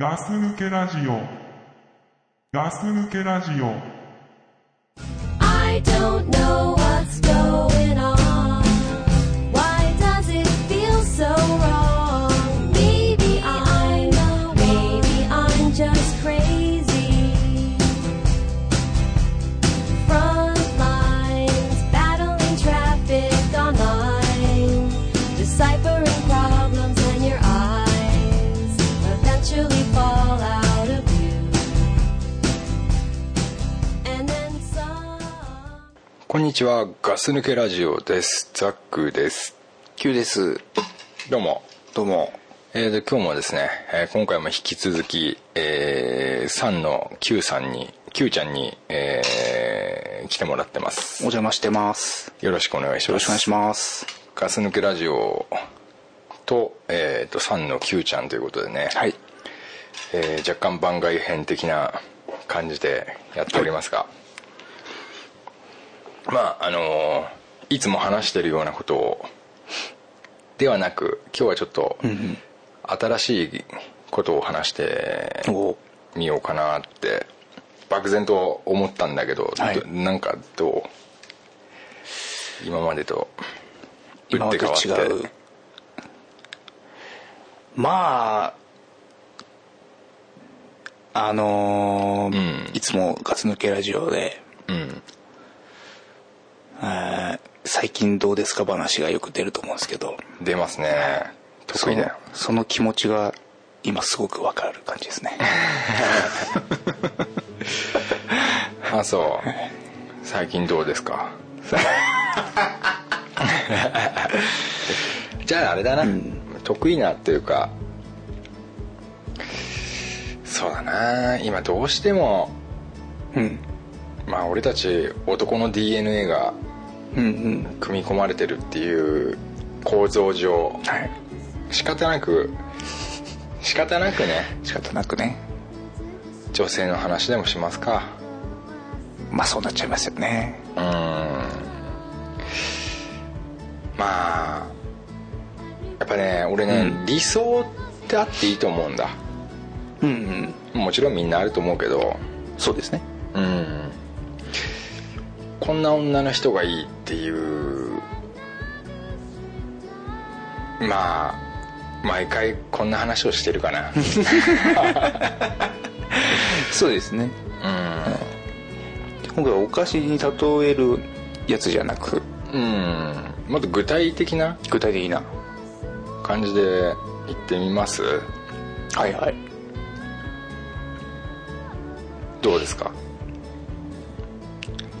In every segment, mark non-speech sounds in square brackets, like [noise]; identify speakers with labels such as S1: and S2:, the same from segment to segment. S1: ガス抜けラジオ。ガス抜けラジオ。
S2: I don't know what's going on. Why does it feel so wrong? Maybe I'm maybe I'm just crazy. Front lines, battling traffic online, deciphering problems in your eyes, eventually fall out of view. And then some.
S3: こんにちはガス抜けラジオですザックです
S4: 九です。
S3: どうも、
S4: どうも。
S3: えー、と今日もですね、えー今回も引き続き、えー、3の Q さんに Q ちゃんに、えー来てもらってま
S4: お
S3: す
S4: 邪魔してます。よ
S3: よろしくお願いし
S4: ろ
S3: ま
S4: し
S3: す
S4: くお願いします。
S3: ガス抜けラジオと,、えー、と3の Q ちゃんということでね、
S4: はい。
S3: えー若干番外編的な感じでやっておりますが、まああのーいつも話してるようなことをではなく今日はちょっと新しいことを話して
S4: お
S3: みようかなって漠然と思ったんだけど、
S4: はい
S3: どなんかどう今までと打
S4: 今
S3: って
S4: ま
S3: 変わって
S4: でと違う。まあ、あのー
S3: うん
S4: いつもガス抜けラジオで、
S3: うん
S4: えー最近どうですか話がよく出ると思うんですけど、
S3: 出ますね得意だよ
S4: そのその気持ちが今すごくわかる感じで
S3: [laughs]
S4: すね。
S3: あそう最近どうです
S4: [laughs]
S3: かじゃああれだな、得意なっていうかそうだな今どうしても
S4: うん。
S3: まあ俺たち男の DNA が
S4: うんうん。
S3: 組み込まれてるっていう構造上
S4: はい。
S3: 仕方なく仕方なくね
S4: 仕方なくね。
S3: 女性の話でもしますか
S4: まあそうなっちゃいますよね。
S3: うーんまあやっぱね俺ね、理想ってあっていいと思うんだ
S4: うんうん。
S3: もちろんみんなあると思うけど
S4: そうですね。
S3: うんこんな女の人がいいっていうまあ毎回こんな話をしてるかな
S4: そうですね今回お菓子に例えるやつじゃなく
S3: うんもっと具体的な
S4: 具体的な
S3: 感じで言ってみます
S4: はいはい
S3: どうですか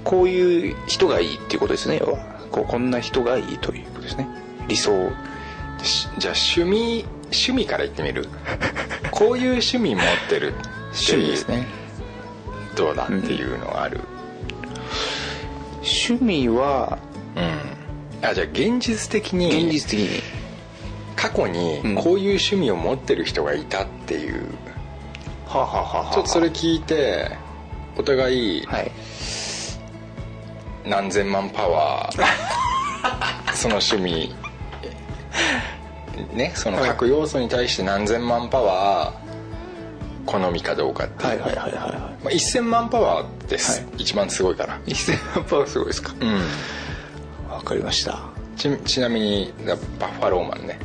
S4: こういう人がいいっていうことですね要はこうこんな人がいいということですね理想
S3: しじゃあ趣味趣味から言ってみるこういう趣味持ってる
S4: 趣味ですね
S3: どうだっていうのがある
S4: 趣味は
S3: うん、あじゃあ現実的
S4: 現
S3: に
S4: 実的に
S3: 過去に
S4: ん
S3: こういう趣味を持ってる人がいたっていう、
S4: はあ、はあはあはあ
S3: ちょっとそれ聞いてお互い
S4: はい
S3: 何千万パワー
S4: [laughs]
S3: その趣味ねその各要素に対して何千万パワー好みかどうかっていう、
S4: はいはいはいはいは
S3: まあ、1000万パワーです、
S4: は
S3: 一番すごいから
S4: い1000万パワーすごいですか
S3: うん
S4: わかりました
S3: ちちなみにだバッファローマンね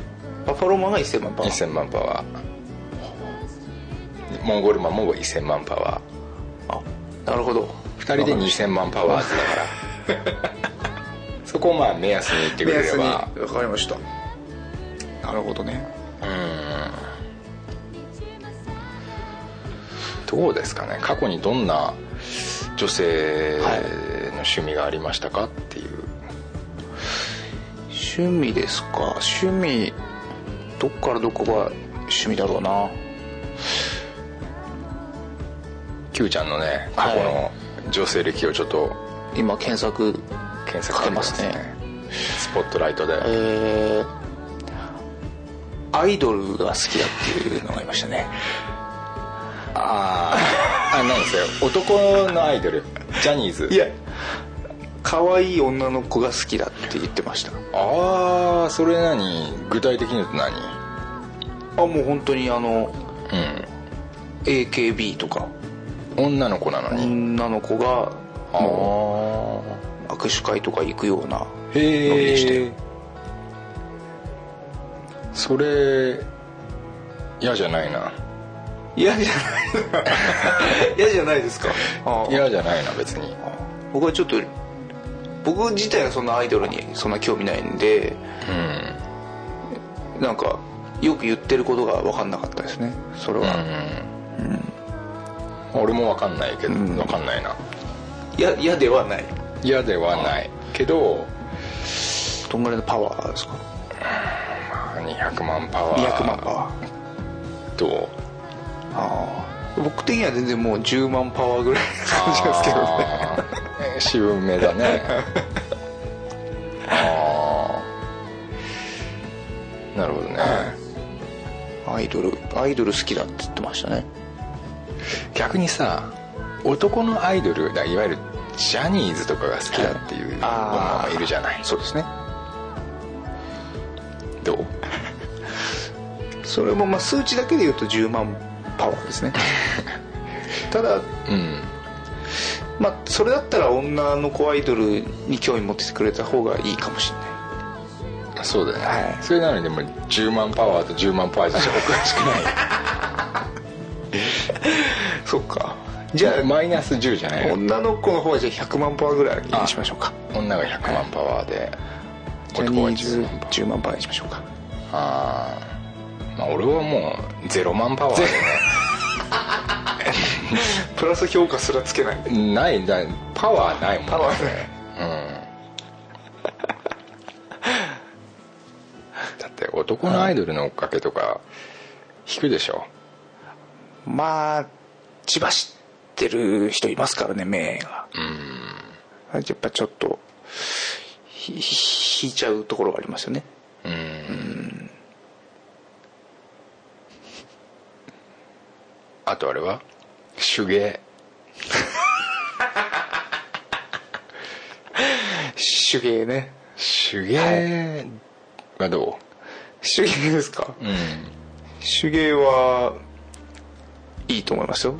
S4: バッファローマンが1000万パワー
S3: 1000万パワーモンゴルマンも1000万パワ
S4: あなるほど
S3: ー2人で2000万パワーってだから [laughs] そこをまあ目安に言ってくれれば
S4: わかりましたなるほどね
S3: どうですかね過去にどんな女性の趣味がありましたかっていう、
S4: 趣味ですか趣味どっからどこが趣味だろうな
S3: Q ちゃんのね過去の女性歴をちょっと
S4: 今検索
S3: 検索かけますね
S4: かけま
S3: スポットライトで、
S4: えーアイドルが好きだっていうのがいましたね
S3: あーあなんですよ男のアイドルジャニーズ
S4: 可愛い女の子が好きだって言ってました
S3: ああそれ何具体的に言うと何
S4: あもう本当にあの
S3: うん
S4: AKB とか
S3: 女の子なのに、
S4: 女の子が
S3: あ
S4: も
S3: あ
S4: う握手会とか行くようなノリでした
S3: へ
S4: よ
S3: えそれ嫌じゃないな
S4: 嫌じゃない [laughs] 嫌じゃないですかああ
S3: 嫌じゃないな別に
S4: 僕はちょっと僕自体はそんなアイドルにそんな興味ないんで
S3: うん
S4: なんかよく言ってることが分かんなかったですねそれ
S3: う
S4: は
S3: ん、俺も分かんないけど
S4: うん
S3: 分かんないな
S4: 嫌、やではない
S3: 嫌ではないけど
S4: どんぐらいのパワーですか
S3: まあ200万パワー
S4: 200万パワー
S3: と
S4: ああ僕的には全然もう10万パワーぐらいな感じですけどね
S3: あ
S4: [laughs]
S3: ー渋めだねああなるほどね、
S4: アイドルアイドル好きだって言ってましたね
S3: 逆にさ男のアイドルだいわゆるジャニーズとかが好きだっていう女もいるじゃない
S4: そうですね
S3: どう
S4: それもまあ数値だけで言うと10万パワー [laughs] ですねただ
S3: うん
S4: まあそれだったら女の子アイドルに興味持ってくれた方がいいかもしれない
S3: そうだよね、
S4: はい
S3: それなのにでも10万パワーと10万パワーじゃおかしく
S4: [laughs]
S3: ない
S4: そっか
S3: じ
S4: じゃ
S3: ゃあマイナス10じゃ
S4: あ
S3: ない
S4: 女の子の方はじゃあ100万パワーぐらいにしましょうか
S3: 女が100万パワーで
S4: ジャ
S3: 男は
S4: ニーズ
S3: 10万パワー
S4: 10万パワーにしましょうか
S3: あーまあ俺はもう0万パワー
S4: プラス評価すらつけない
S3: でねないないパワーないもん
S4: パワーね
S3: だって男のアイドルの追っかけとか引くでしょ
S4: まあ千葉知ってる人いますからね名がうんやっぱちょっとひひ引いちゃうところがありますよね
S3: あとあれは手芸
S4: 手芸ね
S3: 手芸はど
S4: 手芸ですか、
S3: う、うん
S4: 手芸はいいと思いますよ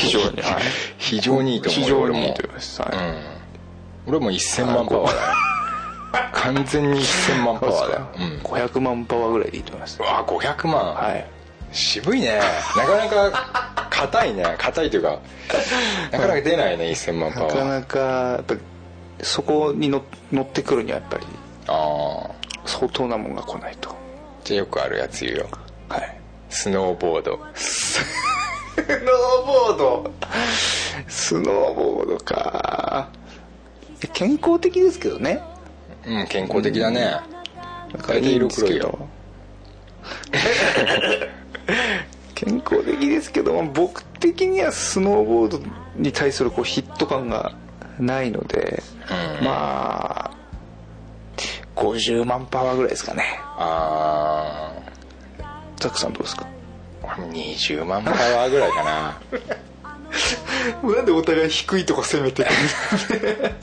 S4: 非常に、 [laughs] はい、
S3: 非常にいいと思う
S4: 非
S3: よ
S4: 常
S3: 俺
S4: にいい
S3: も
S4: と思います、はい
S3: 俺も1000万パワーだよ完全に1000万パワーだよ、うん、
S4: 500万パワーぐらいでいいと思います
S3: うわ500万、
S4: はい
S3: 渋いねなかなか硬いね硬いというかなかなか出ないね1000万パ
S4: な
S3: ワー
S4: かなかやっぱりそこにの乗ってくるにはやっぱり
S3: ああ
S4: 相当なもんが来ないと
S3: じゃあよくあるやつ言うよ
S4: はい
S3: スノーボード
S4: スノーボードスノーボードか健康的ですけどね
S3: うん健康的だね、
S4: だからいいんです
S3: 大
S4: け
S3: 体色黒い
S4: ど [laughs] 健康的ですけど僕的にはスノーボードに対するこうヒット感がないので、まあ50万パワーぐらいですかね
S3: ああ
S4: ザックさんどうですか
S3: 俺も20万パワーぐらいかな
S4: なんでお互い低いとこ攻めてくる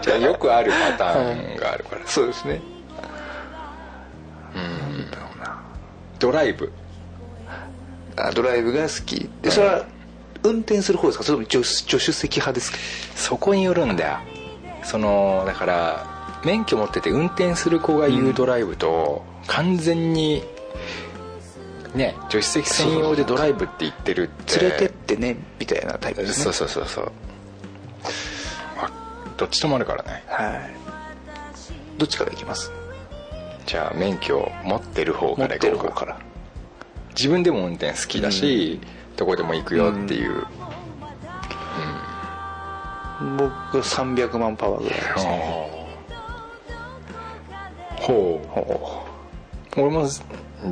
S3: じゃあよくあるパターンがあるから、
S4: [laughs] そうですね
S3: ドライブ
S4: あドライブが好きでそれは運転する方ですかそれとも助助手席派ですか
S3: そこによるんだよそのだから免許持ってて運転する子が言うドライブと、完全にね助手席専用でドライブって言ってるって
S4: 連れてってねみたいなタイプです
S3: そう
S4: ね
S3: そうそうそうあどっちともあるからね
S4: はいどっちから行きます
S3: じゃあ免許を持ってる方
S4: 持
S3: か
S4: っ
S3: ら
S4: て
S3: 行
S4: る
S3: こう
S4: 方
S3: か
S4: から
S3: 自分でも運転好きだし、どこでも行くよっていう、
S4: 僕は300万パワーぐらいですね
S3: ほう
S4: お
S3: 俺も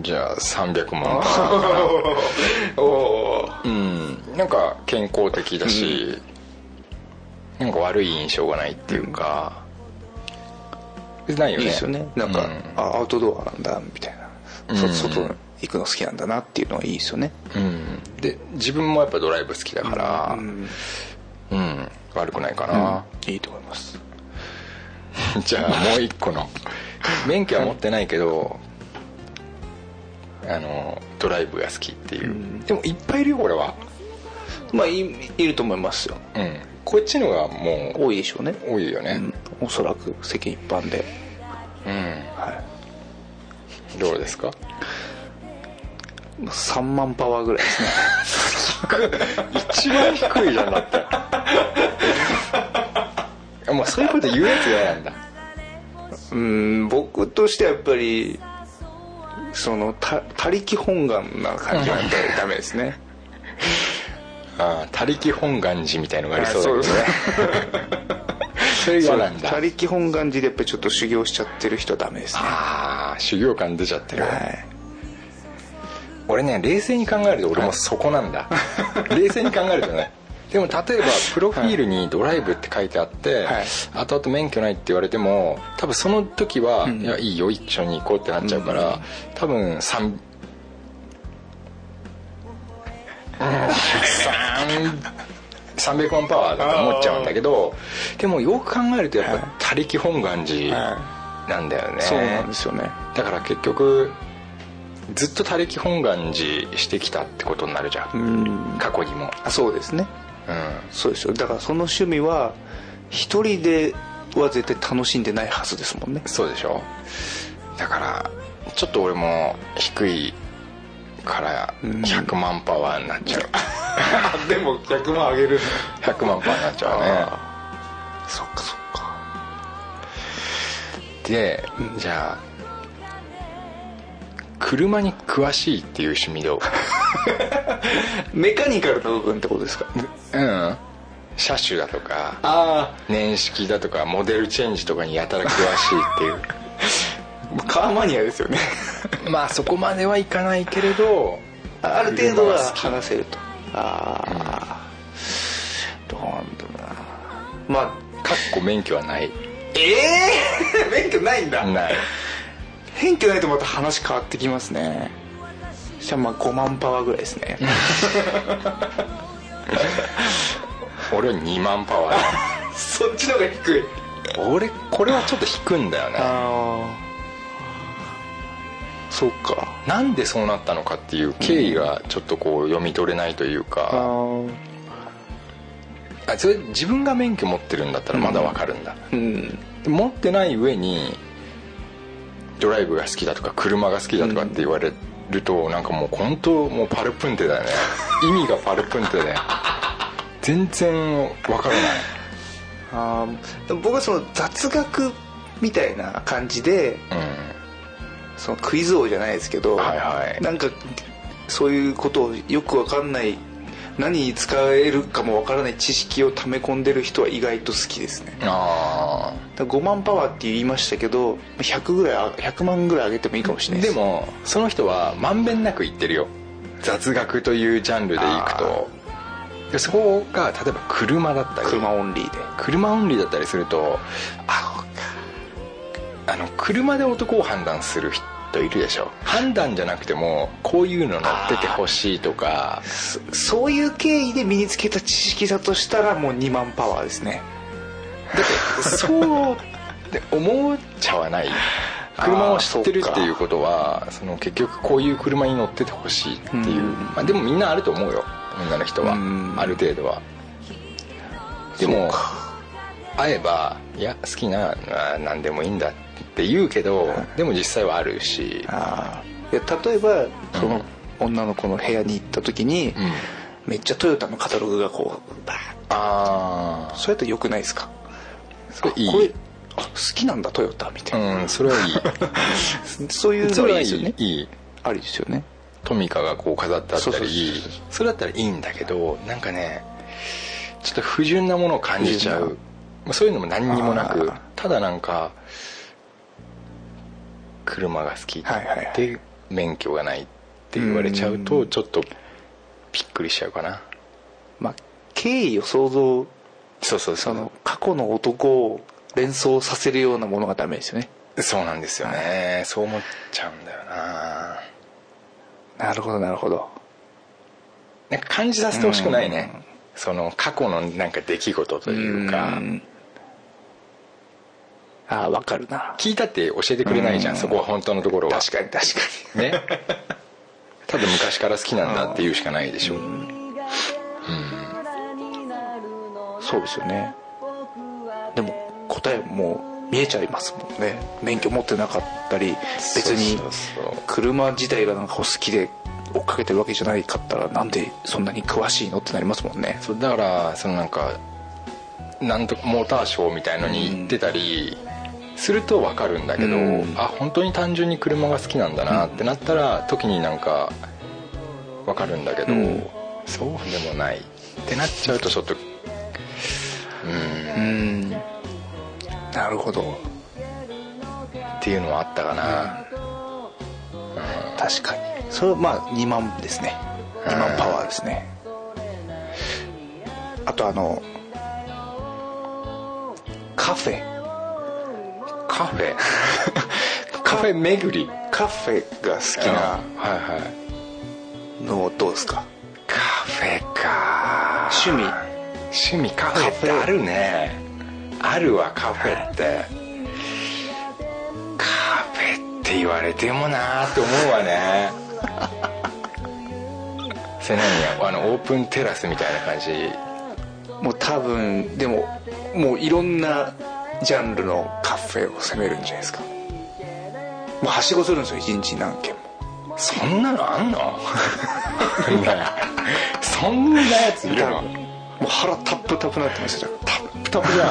S3: じゃあ300万
S4: ー [laughs] おー
S3: うんなんか健康的だし、なんか悪い印象がないっていうか、ないよ
S4: いい
S3: ね
S4: ですよねなんか、
S3: う
S4: あアウトドアなんだみたいな、そ外行くの好きなんだなっていうのはいいですよね
S3: うんで自分もやっぱドライブ好きだからうん、悪くないかな、
S4: いいと思います
S3: [laughs] じゃあもう一個の免許は持ってないけどあのドライブが好きっていう、でもいっぱいいるよこれは
S4: まあいいると思いますよ
S3: うんこっちのがもう
S4: 多いでしょうね、
S3: 多いよね
S4: うんおそらく世間一般で、
S3: うん、
S4: は
S3: どうですか
S4: い、3万パワーぐらい
S3: [laughs]
S4: ですね
S3: 一番低いじゃんだって [laughs] もうそういうこと言うやつ嫌なんだ
S4: うん僕としてはやっぱりそのた他力本願な感じはやっぱりダメですね
S3: ああ他力本願寺みたい [laughs] のがあり
S4: あそ
S3: そうう
S4: で
S3: だけどね [laughs]
S4: すね
S3: それ嫌なんだ
S4: 他力本願寺でやっぱりちょっと修行しちゃってる人はダメですね
S3: ああ修行感出ちゃってる
S4: はい
S3: 俺ね冷静に考えると俺もそこなんだ冷静に考えると
S4: [laughs]
S3: ねでも例えばプロフィールに「ドライブ」って書いてあって、
S4: はい
S3: 後々免許ないって言われても多分その時は「いやいいよ一緒に行こう」ってなっちゃうから、多分3うん三300万パワーだと思っちゃうんだけどでもよく考えるとやっぱ「他力本願寺
S4: は」
S3: なんだよね、
S4: い、そうなんですよね
S3: だから結局ずっと他力本願寺してきたってことになるじゃん、過去にも
S4: あそうですね
S3: う
S4: そうですよだからその趣味は一人では絶対楽しんでないはずですもんね
S3: んそうでしょだからちょっと俺も低いから100万パワーになっちゃう、 [laughs]
S4: でも100万あげる
S3: 100万パワーになっちゃ
S4: そっかそっか
S3: うねでじゃあ車に詳しいっていう趣味 [laughs] どう
S4: メカニカルな部分ってことですか
S3: うん車種だとか
S4: あ
S3: 年式だとかモデルチェンジとかにやたら詳しいっていう
S4: あカーマニアですよね
S3: まあそこまではいかないけれど
S4: [laughs] ある程度は
S3: 車好き
S4: 話せるとああ、どうなんだろうなまあ
S3: かっこ免許はない
S4: ええ [laughs] 免許ないんだ
S3: ない
S4: 免許ないとまた話変わってきますねじゃあまあ5万パワーぐらいですね
S3: 俺は2万パワー
S4: [laughs] そっちの方が低い
S3: だ俺これはちょっと引くんだよね
S4: ああそっか
S3: なんでそうなったのかっていう経緯がちょっとこう読み取れないという
S4: あ
S3: か、
S4: ー
S3: あそれ自分が免許持ってるんだったらまだわかるんだ、
S4: うん
S3: 持ってない上にドライブが好きだとか車が好きだとかって言われると、なんかもう本当もうパルプンテ
S4: [laughs]
S3: だよね意味がパルプンテで全然わからない
S4: あーでも僕はその雑学みたいな感じで
S3: う
S4: そのクイズ王じゃないですけど、
S3: はいはい
S4: なんかそういうことをよくわかんない何に使えるかもわからない知識を溜め込んでる人は意外と好きですね
S3: んああ
S4: だから5万パワーって言いましたけど100ぐらいあ100万ぐらい上げてもいいかもしれない
S3: ですもその人はまんべんなく言ってるよ雑学というジャンルでいくとでそこが例えば車だったり
S4: 車オンリーで
S3: 車オンリーだったりするとああの車で男を判断する人いるでしょ判断じゃなくてもこういうの乗っててほしいとか
S4: そそういう経緯で身につけた知識だとしたらもう2万パワーですね
S3: そうって思っちゃわない車を知ってるっていうことはその結局こういう車に乗っててほしいっていう、
S4: うん
S3: まあ、でもみんなあると思うよ女の人は
S4: うん
S3: ある程度はでも会えば「いや好きなあ何でもいいんだ」って言うけどでも実際はあるし
S4: ああ例えばその女の子の部屋に行った時に、
S3: ん
S4: めっちゃトヨタのカタログがこうバーッ
S3: あ
S4: それと良くないですか
S3: それい
S4: あこれ
S3: い
S4: あ好きなんだトヨタみたいな、
S3: うんそれはいい
S4: [laughs] そういうの
S3: そ
S4: は
S3: れは
S4: いいで
S3: い
S4: すよ
S3: い
S4: ね
S3: いい
S4: ありですよね
S3: トミカがこう飾ってあった
S4: そうそうそう
S3: り
S4: そう
S3: それだったらいいんだけどなんかねちょっと不純なものを感じちゃ
S4: 不
S3: う
S4: 純
S3: まあそういうのも何にもなく
S4: あー
S3: ただなんか車が好き
S4: はいはいはい
S3: で免許がないって言われちゃうとちょっとびっくりしちゃうかな
S4: まあ経緯を想像
S3: そうそうそ
S4: そうの過去の男を連想させるようなものがダメですよね
S3: そうなんですよねそう思っちゃうんだよな
S4: なるほどなるほど
S3: なんか感じさせてほしくないねその過去のなんか出来事と
S4: と
S3: いうか
S4: ああわかるな
S3: 聞いたって教えてくれないじゃんそこは本当のところは
S4: 確かに確か
S3: ねただ昔から好きなんだっていうしかないでしょうん
S4: そうですよねでも答えもう見えちゃいますもんね免許持ってなかったり別に
S3: そうそうそう
S4: 車自体がなんかお好きで追っかけてるわけじゃないかったらなんでそんなに詳しいのってなりますもんね
S3: そうだからそのなんかなんとかモーターショーみたいのに行ってたりすると分かるんだけど、
S4: うん
S3: あ本当に単純に車が好きなんだなってなったら時になんか分かるんだけど、
S4: うん
S3: そうでもないってなっちゃうとちょっとうんっ
S4: うんなるほど
S3: ていうのはあったかな
S4: 確かにそれはまあ2万ですね2万パワーですねあとあのカフェ
S3: カフ [laughs] ェカフェ巡り
S4: カフェが好きな
S3: はいはい
S4: のどうですか
S3: カフェか
S4: 趣味
S3: 趣味カフェってあるねあるわカフェってカフェって言われてもなーって思うわ [laughs] ねそれ何あのオープンテラスみたいな感じ
S4: もう多分でももういろんなジャンルのカフェを攻めるんじゃないですかもうはしごするんですよ一日何軒も
S3: そんなのあんの [laughs] ねえそんなやついるの
S4: もう腹タップタップになってますよ
S3: タップタップじゃ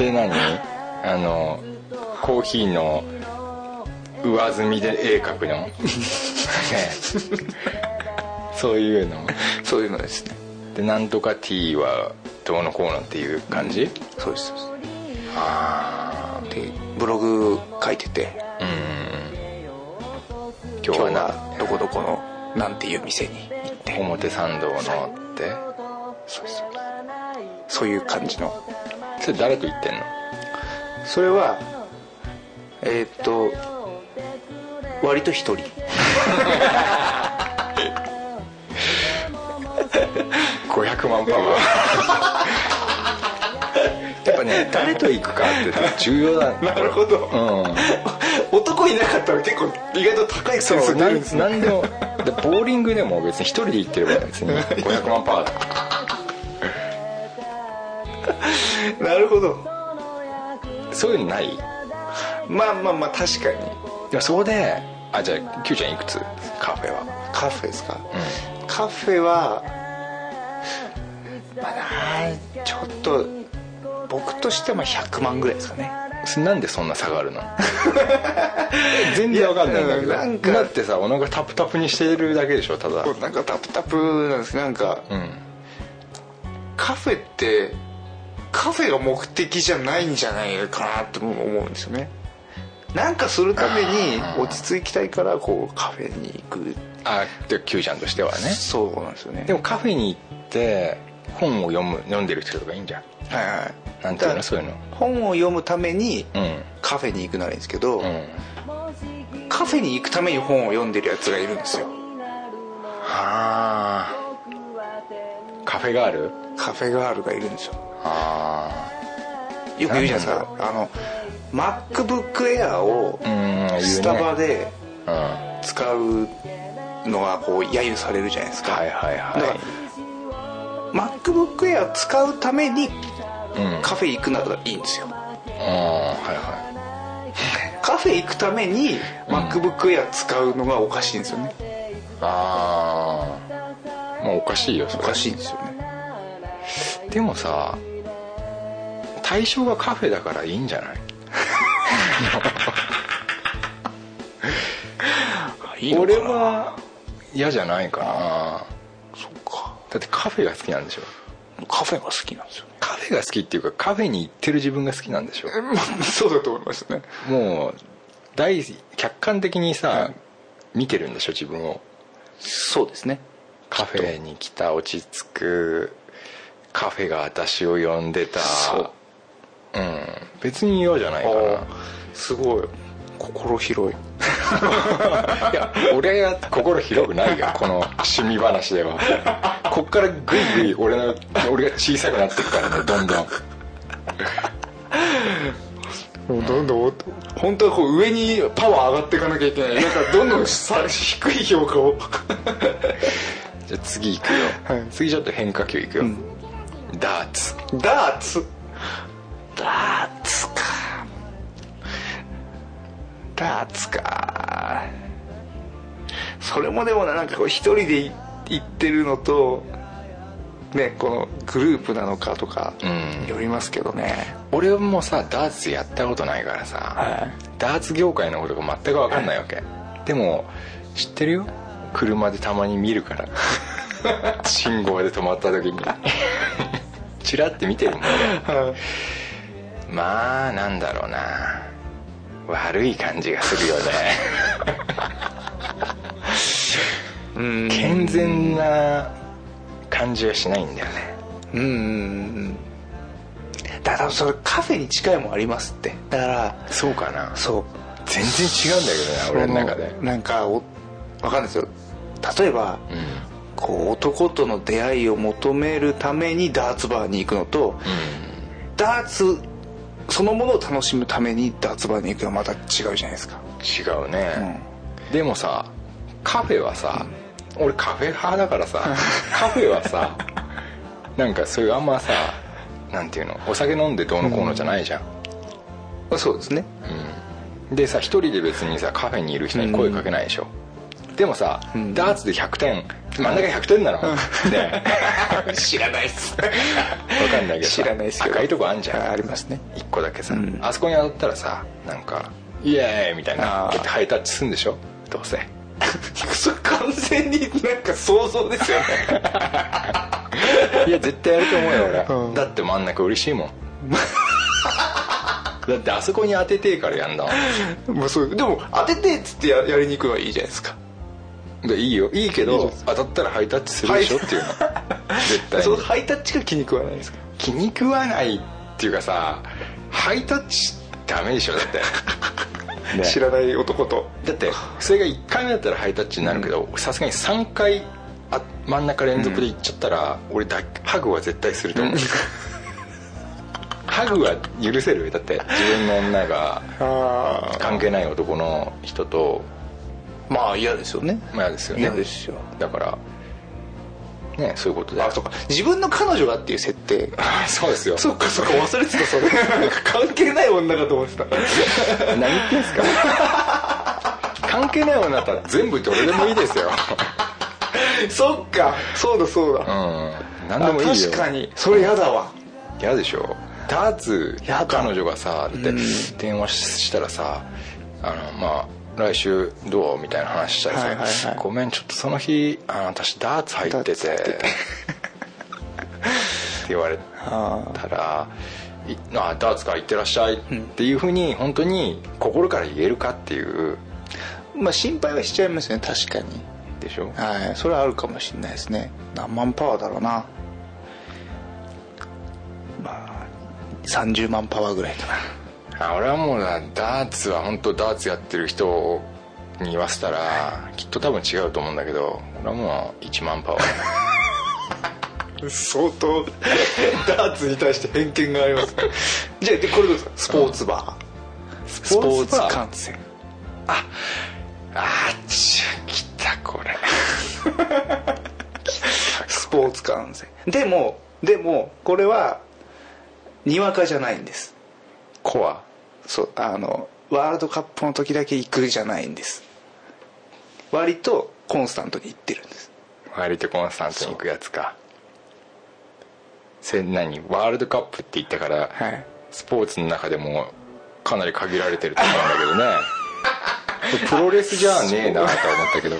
S3: んで何あのコーヒーの上積みで絵描 [laughs] くのねそういうの
S4: そういうのですね
S3: でなんとかティーはどうのこうのっていう感じ
S4: そうですそうですでブログ書いてて
S3: 今日
S4: 今日
S3: は
S4: はどこどこのなんていう店に行って
S3: 表参道のって
S4: そうですそういう感じの
S3: それ誰と言ってんの
S4: それはえーっと割と一人
S3: 500万パワー [laughs] やっぱね誰と行くかって重要だ [laughs]
S4: なるほど
S3: うん
S4: 男いなかったら結構意外と高い
S3: そ
S4: センス
S3: う
S4: にな
S3: な
S4: るん
S3: ん
S4: です
S3: な
S4: ね
S3: んでもでボーリングでも別に一人で行ってれば別に500万パーだ
S4: なるほど
S3: そういうのないい
S4: まあまあまあ確かに
S3: やそこであじゃあ Q ちゃんいくつカフェは
S4: カフェですか、カフェはまあないちょっと僕としてはまあ100万ぐらいですかね
S3: すなんでそんな差があ [laughs] るの全然わかんないんだけ
S4: い
S3: ど
S4: や
S3: な
S4: なんか
S3: だってさお腹タプタプにしてるだけでしょただ
S4: なんかタプタプなんですなんか
S3: うん
S4: カフェってカフェが目的じゃないんじゃないかなって思うんですよねなんかするために落ち着きたいからこうカフェに行く
S3: あで Q ちゃんとしてはね
S4: そうなんですよね
S3: でもカフェに行って本を読む読んでる人とかいいんじゃん
S4: はいはい
S3: なんていう
S4: だ
S3: のそういうの
S4: 本を読むために
S3: うん
S4: カフェに行くならいいんですけど、
S3: うん
S4: カフェに行くために本を読んでるやつがいるんですよ
S3: あーカフェガール
S4: カフェガールがいるんですよ
S3: あ
S4: よく言うじゃないですかあの MacBook Air を
S3: あうん言うね
S4: スタバで
S3: うんは
S4: 使うのはこう揶揄されるじゃないです
S3: い
S4: か、
S3: はい
S4: だ
S3: は
S4: から MacBook Air 使うために
S3: いうんうん
S4: カフェ行くならいいんですよ
S3: はいは
S4: カフェ行くために MacBook Air 使うのがおかしいんですよね
S3: いああまあおかしいよそ
S4: お
S3: れ
S4: かしいんですよね
S3: でもさ対象がカフェだからいいんじゃない俺は嫌じゃないかな
S4: そっか
S3: だってカフェが好きなんでしょ
S4: カフェが好きなんですよね
S3: カフェが好きっていうかカフェに行ってる自分が好きなんでしょ
S4: [laughs] そうだと思いますね
S3: もう大客観的にさ見てるんでしょ自分を
S4: そうですね
S3: カフェに来た落ち着くカフェが私を呼んでた
S4: そう
S3: うん別に嫌じゃないか
S4: すごい心広い
S3: ないや俺は心広くないよこの趣味話ではこっからグイグイ俺の俺が小さくなっていくからねどんどん
S4: もうどんどん本当はこう上にパワー上がっていかなきゃいけないなんかどんどんさ [laughs] 低い評価を
S3: じゃあ次行くよ、
S4: はい
S3: 次ちょっと変化球行くよ、
S4: ん
S3: ダーツ
S4: ダーツダーツかダーツかそれもでもななんかこう一人でい行ってるのとねこのグループなのかとか
S3: うん
S4: よりますけどね、
S3: 俺もさダーツやったことないからさ、
S4: はい
S3: ダーツ業界のことが全く分かんないわけ、でも知ってるよ車でたまに見る [laughs] から信号で止まった時にチラって見てるもんね
S4: はい
S3: まあなんだろうな悪い感じがするよね
S4: うん
S3: 健全な感じはしないんだよね
S4: うんうんうんだからそれカフェに近いもんありますってだから
S3: そうかな
S4: そう
S3: 全然違うんだけどね俺の中で
S4: そなんかおわかんないですよ例えば、こう男との出会いを求めるためにダーツバーに行くのと、ダーツそのものを楽しむためにダーツバーに行くのはまた違うじゃないですか
S3: 違うね、でもさカフェはさ、俺カフェ派だからさカフェはさなんかそういうあんまさなんていうのお酒飲んでどうのこうのじゃないじゃん、
S4: そうですね
S3: でさ一人で別にさカフェにいる人に声かけないでしょ、でもさ、ダーツで100点真ん中100点なの、ね
S4: [laughs]
S3: 知らないっす分かんないけどさ
S4: 知らないっすけど
S3: 赤いとこあんじゃん
S4: あありますね
S3: 1個だけさ、あそこに当たったらさなんか「イエーイ!」みたいな
S4: あー
S3: こうやってハイタッチするんでしょどうせ
S4: それ完全になんか想像ですよね
S3: いや絶対やると思うよ俺、
S4: うん
S3: だって真ん中嬉しいもん [laughs] だってあそこに当ててえからやんだもん
S4: [laughs] まあそうでも当ててっつってややりに行くのはいいじゃないですか
S3: でいいよいいけ
S4: いい
S3: ど
S4: です
S3: 当たったらハイタッチするでしょっていうの絶対
S4: その
S3: に
S4: ハイタッチが気に食わないですか
S3: 気に食わないっていうかさハイタッチダメでしょだって
S4: [laughs] 知らない男と
S3: だってそれが1回目だったらハイタッチになるけどさすがに3回あ真ん中連続で行っちゃったら、俺だハグは絶対すると思う、ハグは許せるだって自分の女
S4: [laughs]
S3: が
S4: あ
S3: 関係ない男の人と
S4: あまあ嫌ですよね
S3: まあですよね
S4: 嫌ですよ
S3: だからねそういうことで
S4: あそうか自分の彼女がっていう設定
S3: [laughs] そうですよ
S4: そっかそっか忘れてたそれ [laughs] 関係ない女かと思ってた
S3: 何言ってんすか [laughs] 関係ない女だったら全部どれでもいいですよ
S4: そっかそうだそう
S3: う
S4: だ、
S3: ん何
S4: あ
S3: でもいいよ
S4: 確かにそれ嫌だわ
S3: 嫌でしょダーツ
S4: やだ
S3: 彼女がさだって電話したらさあのまあ来週どうみたいな話したらさ、
S4: はいはいはい
S3: ごめんちょっとその日あの私ダーツ入ってて
S4: ダーツ入ってて
S3: って言われたら「いあダーツか行ってらっしゃい」っていうふうに本当に心から言えるかっていう
S4: まあ心配はしちゃいますね確かに
S3: でしょ
S4: はいそれはあるかもしれないですね何万パワーだろうなまあ30万パワーぐらいかな
S3: あ俺はもうなダーツは本当ダーツやってる人に言わせたらきっと多分違うと思うんだけど俺はもう1万パワー
S4: 相当 [laughs] ダーツに対して偏見がありますじゃあでこれどうですかスポーツバース
S3: ポーツバー
S4: 観戦
S3: あっち来たこれ
S4: スポーツ観戦でもでもこれはにわかじゃないんです
S3: コア
S4: そうあのワールドカップの時だけ行くじゃないんです割とコンスタントに行ってるんです
S3: 割とコンスタントに行くやつかそれ何ワールドカップって言ったから、
S4: はい
S3: スポーツの中でもかなり限られてると思うんだけどね [laughs] プロレスじゃねえなと思ったけど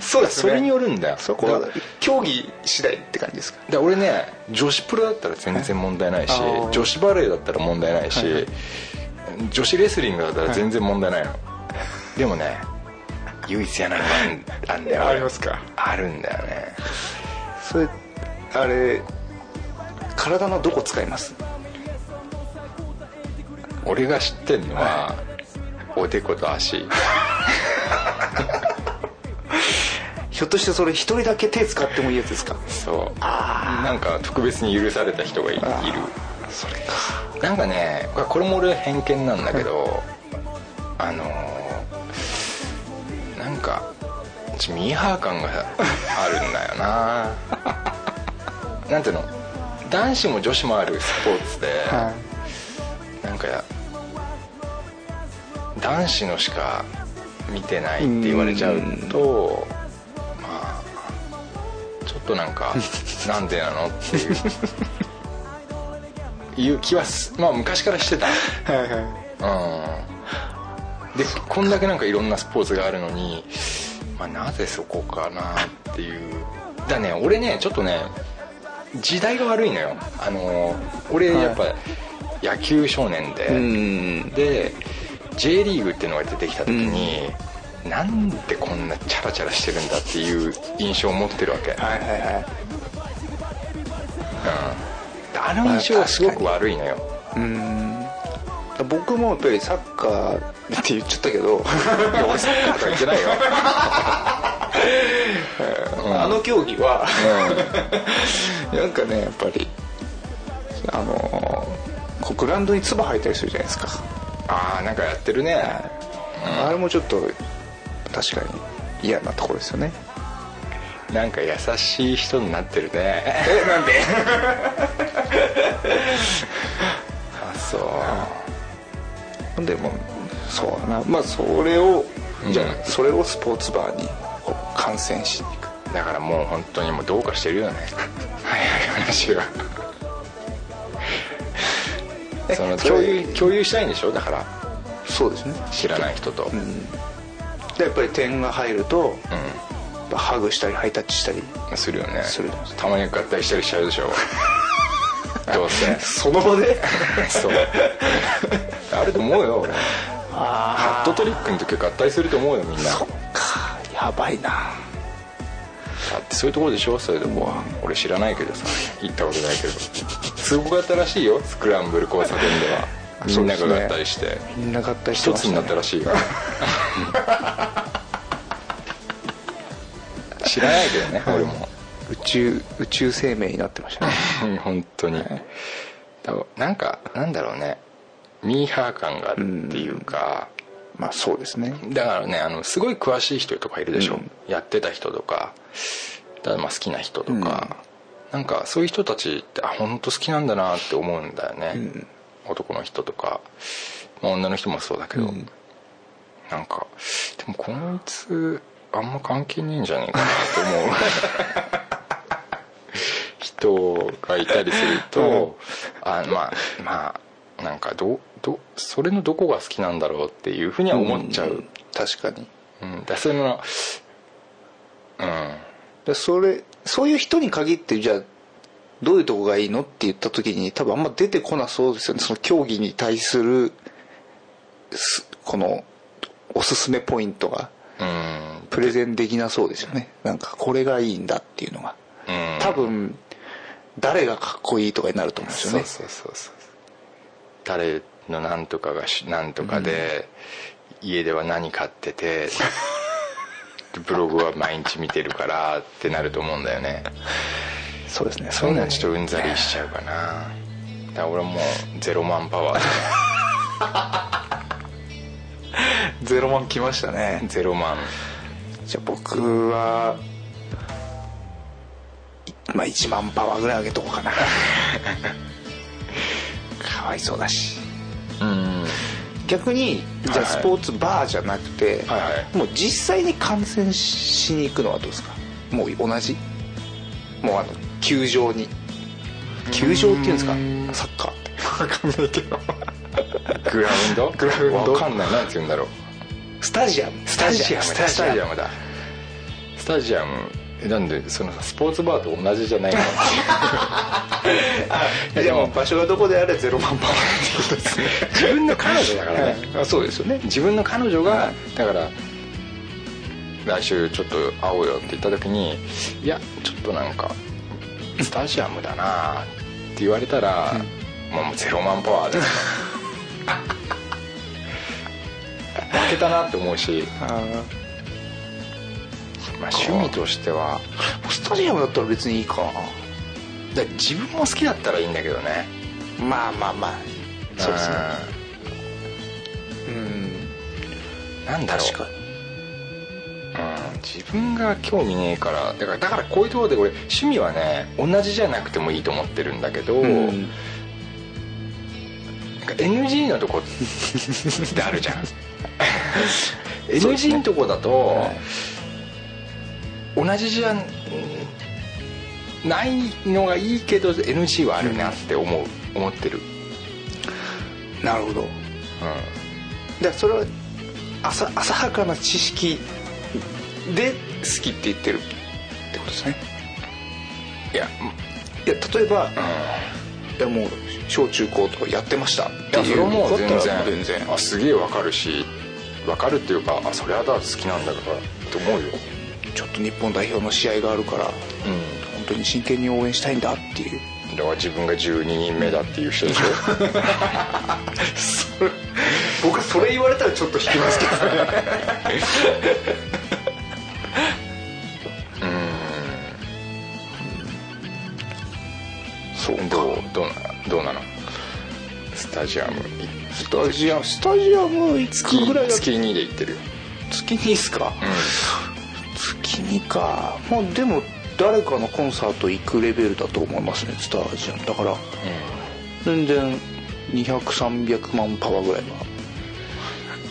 S4: そうで
S3: それによるんだよ
S4: そこ
S3: だ
S4: は
S3: から
S4: 競技次第って感じですか
S3: で俺ね女子プロだったら全然問題ないし
S4: あー
S3: 女子バレーだったら問題ないし、女子レスリングだったら全然問題ないの、でもね唯一やなのが [laughs] あんあんだよ
S4: ありますか
S3: あるんだよね
S4: それあれ体のどこ使います
S3: 俺が知ってんのは、おでこと足
S4: ひょっとしてそれ一人だけ手使ってもいいやつですか
S3: そうなんか特別に許された人がいいる
S4: それ
S3: なんかねこれも俺偏見なんだけどあのーなん [laughs] かちょミーハー感があるんだよななんていうの男子も女子もあるスポーツで、
S4: は
S3: なんか男子のしか見てないって言われちゃうとまあちょっとなんかなんでなのっていういう気はすまあ昔からしてた
S4: いはいはい
S3: うんでこんだけなんかいろんなスポーツがあるのに、まあ、なぜそこかなっていうだね俺ねちょっとね時代が悪いのよあの俺
S4: はい
S3: やっぱ野球少年で、
S4: うん
S3: で J リーグっていうのが出てきた時に、なんでこんなチャラチャラしてるんだっていう印象を持ってるわけ、
S4: はいはいはい
S3: あの印象がすごく悪いのよ、
S4: うん僕もやっぱりサッカーって言っちゃったけ [laughs] ど
S3: いや俺サッカーとか言ってないよ、
S4: あの競技はなんかねやっぱり [laughs] あのーこうグラウンドに唾吐いたりするじゃないですか、
S3: ああなんかやってるね、
S4: あれもちょっと確かに嫌なところですよね
S3: なんか優しい人になってるね
S4: えなんで
S3: あそう
S4: なんでもそうだなまあそれを、
S3: うん
S4: じゃあそれをスポーツバーにこう感染しに行く
S3: だからもう本当にもうどうかしてるよね早い話が
S4: え
S3: その
S4: それ
S3: 共有共有したいんでしょだから
S4: そうですね
S3: 知らない人とうん、
S4: でやっぱり点が入ると、やっぱハグしたりハイタッチしたり
S3: するよね
S4: する
S3: たまに合体したりしちゃうで
S4: [laughs]
S3: しょどうせ
S4: その場で
S3: そう [laughs] あると思うよ俺ハッ
S4: あ
S3: トトリックの時は合体すると思うよみんな
S4: そっか [laughs] やばいな
S3: だってそういうところでしょそういうとこは俺知らないけどさ行ったことないけどすごかったらしいよスクランブル交差点では
S4: あ
S3: みんな
S4: そうです
S3: が
S4: ね
S3: 合体して、
S4: みんな合体し
S3: 一
S4: てま
S3: つ
S4: した、ね、
S3: になったらしいよ知らないけどね
S4: はい
S3: 俺も
S4: 宇宙宇宙生命になってましたね
S3: うん本当にだからなんかなんだろうねミーハー感があるっていうか、
S4: まあそうですね
S3: だからねあのすごい詳しい人とかいるでしょ、
S4: うん
S3: やってた人とかだからまあ好きな人とか、なんかそういう人たちってあ本当好きなんだなって思うんだよね、男の人とか、まあ、女の人もそうだけど、
S4: うん
S3: なんかでもこいつあんま関係ねえんじゃねえかなと思う人がいたりすると、あまあまあなんかどうどうそれのどこが好きなんだろうっていうふうには思っちゃう、
S4: ん確かに
S3: うん、だからそういうのうん
S4: でそれそういう人に限ってじゃあどういうとこがいいのって言った時に多分あんま出てこなそうですよねその競技に対するすこのおすすめポイントが
S3: うん
S4: プレゼンできなそうですよねなんかこれがいいんだっていうのが
S3: うん
S4: 多分誰がかっこいいとかになると思うんですよ
S3: そう
S4: ね
S3: そうそうそう誰のなんとかがしなんとかで、家では何買っててブログは毎日見てるからってなると思うんだよね
S4: そうですね
S3: そんなんちょっと
S4: ね
S3: うんざりしちゃうかなだから俺もうゼロ万パワー
S4: [laughs] ゼロマン来ましたね
S3: [laughs] でゼロ万
S4: じゃあ僕は、いまあ1万パワーぐらい上げとこうか [laughs] な。かわいそうだし。
S3: うん
S4: 逆に、じゃ
S3: はい
S4: あ
S3: はい
S4: スポーツバーじゃなくて、
S3: はいはい
S4: もう実際に観戦しに行くのはどうですかもう同じもうあの、球場に。球場っていうんですか
S3: うん
S4: サッカーって。わかんないけど。
S3: グラウンド
S4: グラウンド
S3: わかんないなんて言うんだろう
S4: スタジアム。
S3: スタジアム
S4: ス
S3: だ
S4: タ
S3: ス
S4: ジ
S3: タジ
S4: ア
S3: ア
S4: ム。
S3: ムだスタジアムえなんでそのスポーツバーと同じじゃないの
S4: いやでも場所がどこであれゼロ万パワーってことですね。
S3: 自分の彼女だからね、
S4: はいあそうですよね。
S3: 自分の彼女
S4: は
S3: が
S4: い
S3: だから来週ちょっと会おうよって言った時にいやちょっとなんかスタジアムだなって言われたら、もうゼロ万パワーで負けたなって思うし、
S4: [laughs] あ
S3: まあ、趣味としては
S4: ースタジアムだったら別にいいか
S3: だから自分も好きだったらいいんだけどね
S4: なまあまあまあそうですねうん
S3: うんなんだろう
S4: 確かに
S3: うん自分が興味ねえからだからだからこういうところで俺趣味はね同じじゃなくてもいいと思ってるんだけど、
S4: うん
S3: なんか NG のとこってあるじゃん
S4: [laughs]
S3: NG のとこだと、同じじゃんないのがいいけど NG はあるなって思う思ってる
S4: なるほど
S3: う
S4: だからそれは浅浅はかな知識で好きって言ってるってことですね
S3: んいや
S4: いや例えば、いやもう小中高とかやってましたって
S3: いやそれ
S4: いう
S3: はもう
S4: だ
S3: 全
S4: ったら
S3: 然
S4: 全然
S3: あすげえわかるしわかるっていうかあそれはだ好きなんだからって思うよ
S4: ちょっと日本代表の試合があるから
S3: うん
S4: 本当に真剣に応援したいんだっていう
S3: だから自分が12人目だっていう人でし [laughs] ょ
S4: 僕はそれ言われたらちょっと引きますけどね
S3: そうどうどうなどうなのスタジアムに
S4: [laughs] スタジアムスタジアム
S3: 月
S4: 5日ぐらいだ
S3: 月2で行ってるよ
S4: 月にですか、月にかまあでも誰かのコンサート行くレベルだと思いますねスタジアムだから全然200300万パワーぐらいは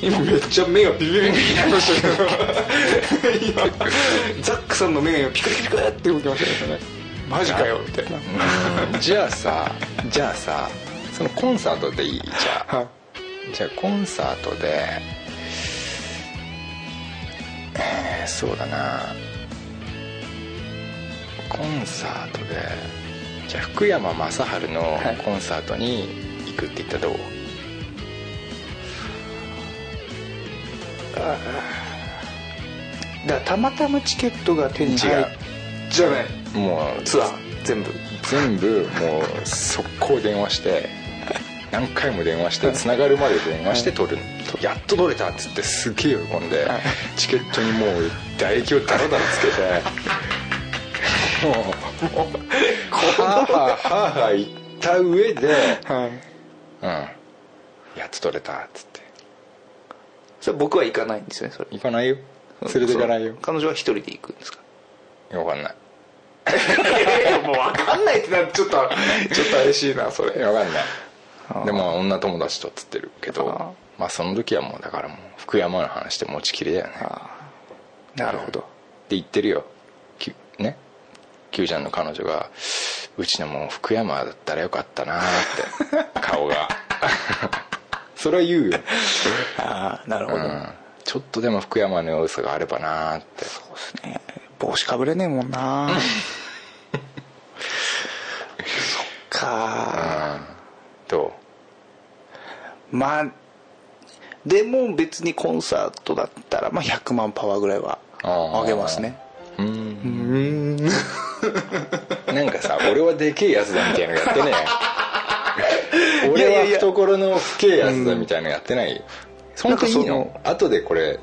S4: 今めっちゃ目がビビビビになりましたけど今ザックさんの目がピクピクピクって動きましたねマジかよみたいな
S3: うんじゃあさじゃあさそのコンサートでいいじゃあ
S4: はい
S3: じゃあコンサートでえーそうだなコンサートでじゃあ福山雅治の
S4: はい
S3: コンサートに行くって言ったらどう、
S4: だからたまたまチケットが手に入っ
S3: 違う
S4: じゃない
S3: もう
S4: ツアー全部
S3: 全部もう速攻電話し
S4: [laughs]
S3: て何回も電話して繋がるまで電話して撮るやっと撮れたっつってすげえ喜んで
S4: はい
S3: チケットにもう唾液をダラダラつけてもうもう
S4: [laughs]
S3: はあはあはあはあ言った上で
S4: はい
S3: うんやっと撮れたっつって
S4: それ僕は行かないんですよねそれ
S3: 行かないよ連れて行かないよ
S4: 彼女は一人で行くんですか
S3: わかんない
S4: い [laughs] やもう分かんないってなちょっとちょっと怪しいなそれ
S3: わかんないでも女友達とっつってるけ
S4: あ
S3: どまあその時はもうだからもう福山の話で持ちきりだよね
S4: [laughs] なるほど
S3: って言ってるよきゅねキュウちゃんの彼女が「うちのもう福山だったらよかったな」
S4: [laughs]
S3: って顔が [laughs] それは言うよ、
S4: ああなるほ
S3: う
S4: ど、
S3: ん、ちょっとでも福山の要素があればなーって
S4: 帽子かぶれねえもんな [laughs] そっか
S3: ど
S4: まあでも別にコンサートだったら、まあ、100万パワーぐらいは
S3: あー
S4: あげますね
S3: ううーんなんかさ俺はでけえやつだみたいなのやってねえ
S4: [laughs] いやい
S3: 俺
S4: や
S3: はい
S4: や
S3: 懐の深えやつだみたいなのやってない本当にいい
S4: なんか
S3: の後でこれ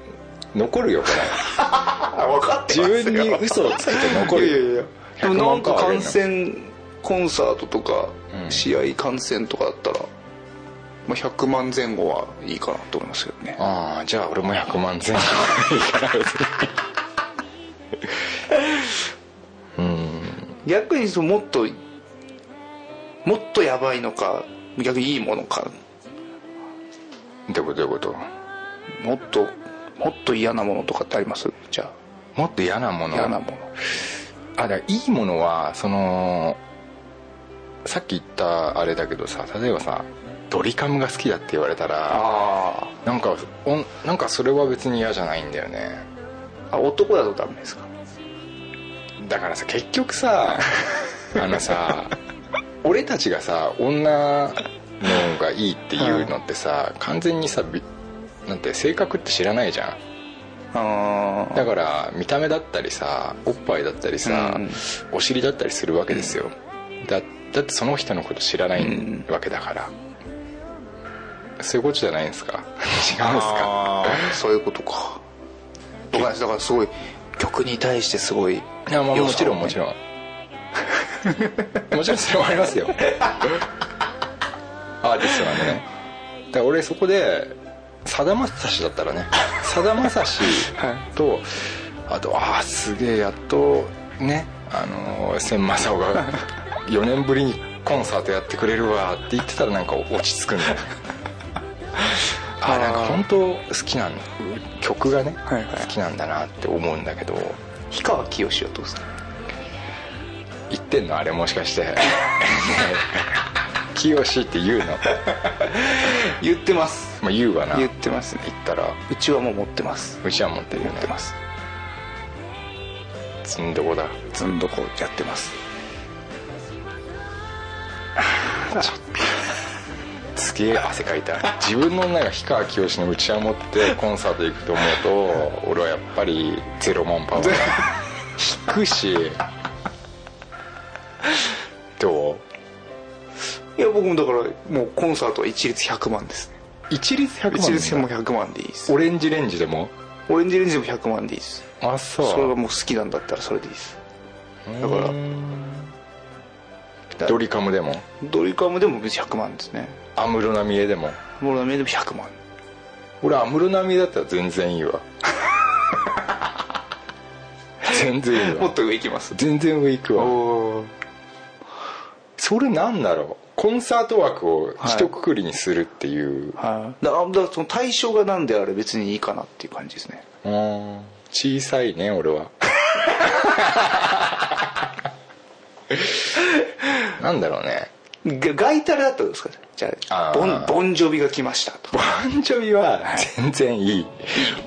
S3: 残るよこれ
S4: あ分かっ [laughs]
S3: 自 [laughs] 分に嘘をついて残るよ
S4: いやいやいやでもなんか
S3: 100万パワーあげるの
S4: 観戦コンサートとか
S3: うん
S4: 試合観戦とかだったら、まあ、100万前後はいいかなと思いますけどね
S3: ああじゃあ俺も100万前後
S4: 逆にそのもっともっとやばいのか逆にいいものか
S3: どういうことどういうこと
S4: もっともっと嫌なものとかってありますじゃ
S3: もっと嫌なも
S4: あ
S3: の
S4: 嫌なもの
S3: あだからいいものはそのさっき言ったあれだけどさ例えばさドリカムが好きだって言われたら
S4: あ
S3: なんかおんなんかそれは別に嫌じゃないんだよね
S4: あ男だとダメですか
S3: だからさ結局さ
S4: [laughs]
S3: あのさ俺たちがさ女のがいいっていうのってさ完全にさびなんて性格って知らないじゃん
S4: あ
S3: だから見た目だったりさおっぱいだったりさ、
S4: うん
S3: お尻だったりするわけですよ、だだってその人のこと知らないわけだから、そういうことじゃないんです
S4: [laughs]
S3: か違うんですか
S4: あーそういうことか僕はだからすごい曲に対してすごい
S3: いや、まあ、
S4: 良
S3: もち
S4: さを
S3: ろ
S4: ね
S3: んもちろんもちろんそれもありますよ [laughs] アーティストなんでねだから俺そこでさだまさしだったらねさだまさしとあとああすげえやっとねあのー千正雄 [laughs] が4年ぶりにコンサートやってくれるわって言ってたらなんか落ち着くんだよああなんか本当好きなん曲がね、
S4: はいはい
S3: 好きなんだなって思うんだけど
S4: 氷川きよしお父さん
S3: 言ってんのあれもしかして
S4: [laughs]
S3: ねえ清って言うの
S4: 言ってます
S3: まあ言うわな
S4: 言
S3: 言
S4: ってますね
S3: ったら
S4: うちはもう持ってます
S3: うちは持ってるよ
S4: 持って
S3: ね
S4: ます
S3: 積んどこだ
S4: ずんどこやってます
S3: すげえ汗かいた自分の中氷川きよしのうちわ持ってコンサート行くと思うと俺はやっぱりゼロマンパワーが引くしどう
S4: いや僕もだからもうコンサートは一律100万ですね
S3: 一律100万
S4: 一律も100万でいいです
S3: オレンジレンジでも
S4: オレンジレンジでも100万でいいです
S3: あそう
S4: それがもう好きなんだったらそれでいいですだから
S3: ドリカムでも
S4: ドリカムでも別に100万ですね
S3: 安室奈美恵でも
S4: モロナメでも100万
S3: 俺安室奈美恵だったら全然いいわ [laughs] 全然いい
S4: も
S3: わ
S4: っと上行きます
S3: 全然上行くわ
S4: おー
S3: それなんだろうコンサート枠を一括りにするっていう、
S4: はいだからだからその対象が何であれ別にいいかなっていう感じですね
S3: うーん小さいね俺 [laughs] はなんだろうね
S4: がガイタレだったらどうですかじゃあ
S3: あ
S4: ボ
S3: ー
S4: ンボンジョビが来ましたと
S3: ボンジョビは全然いい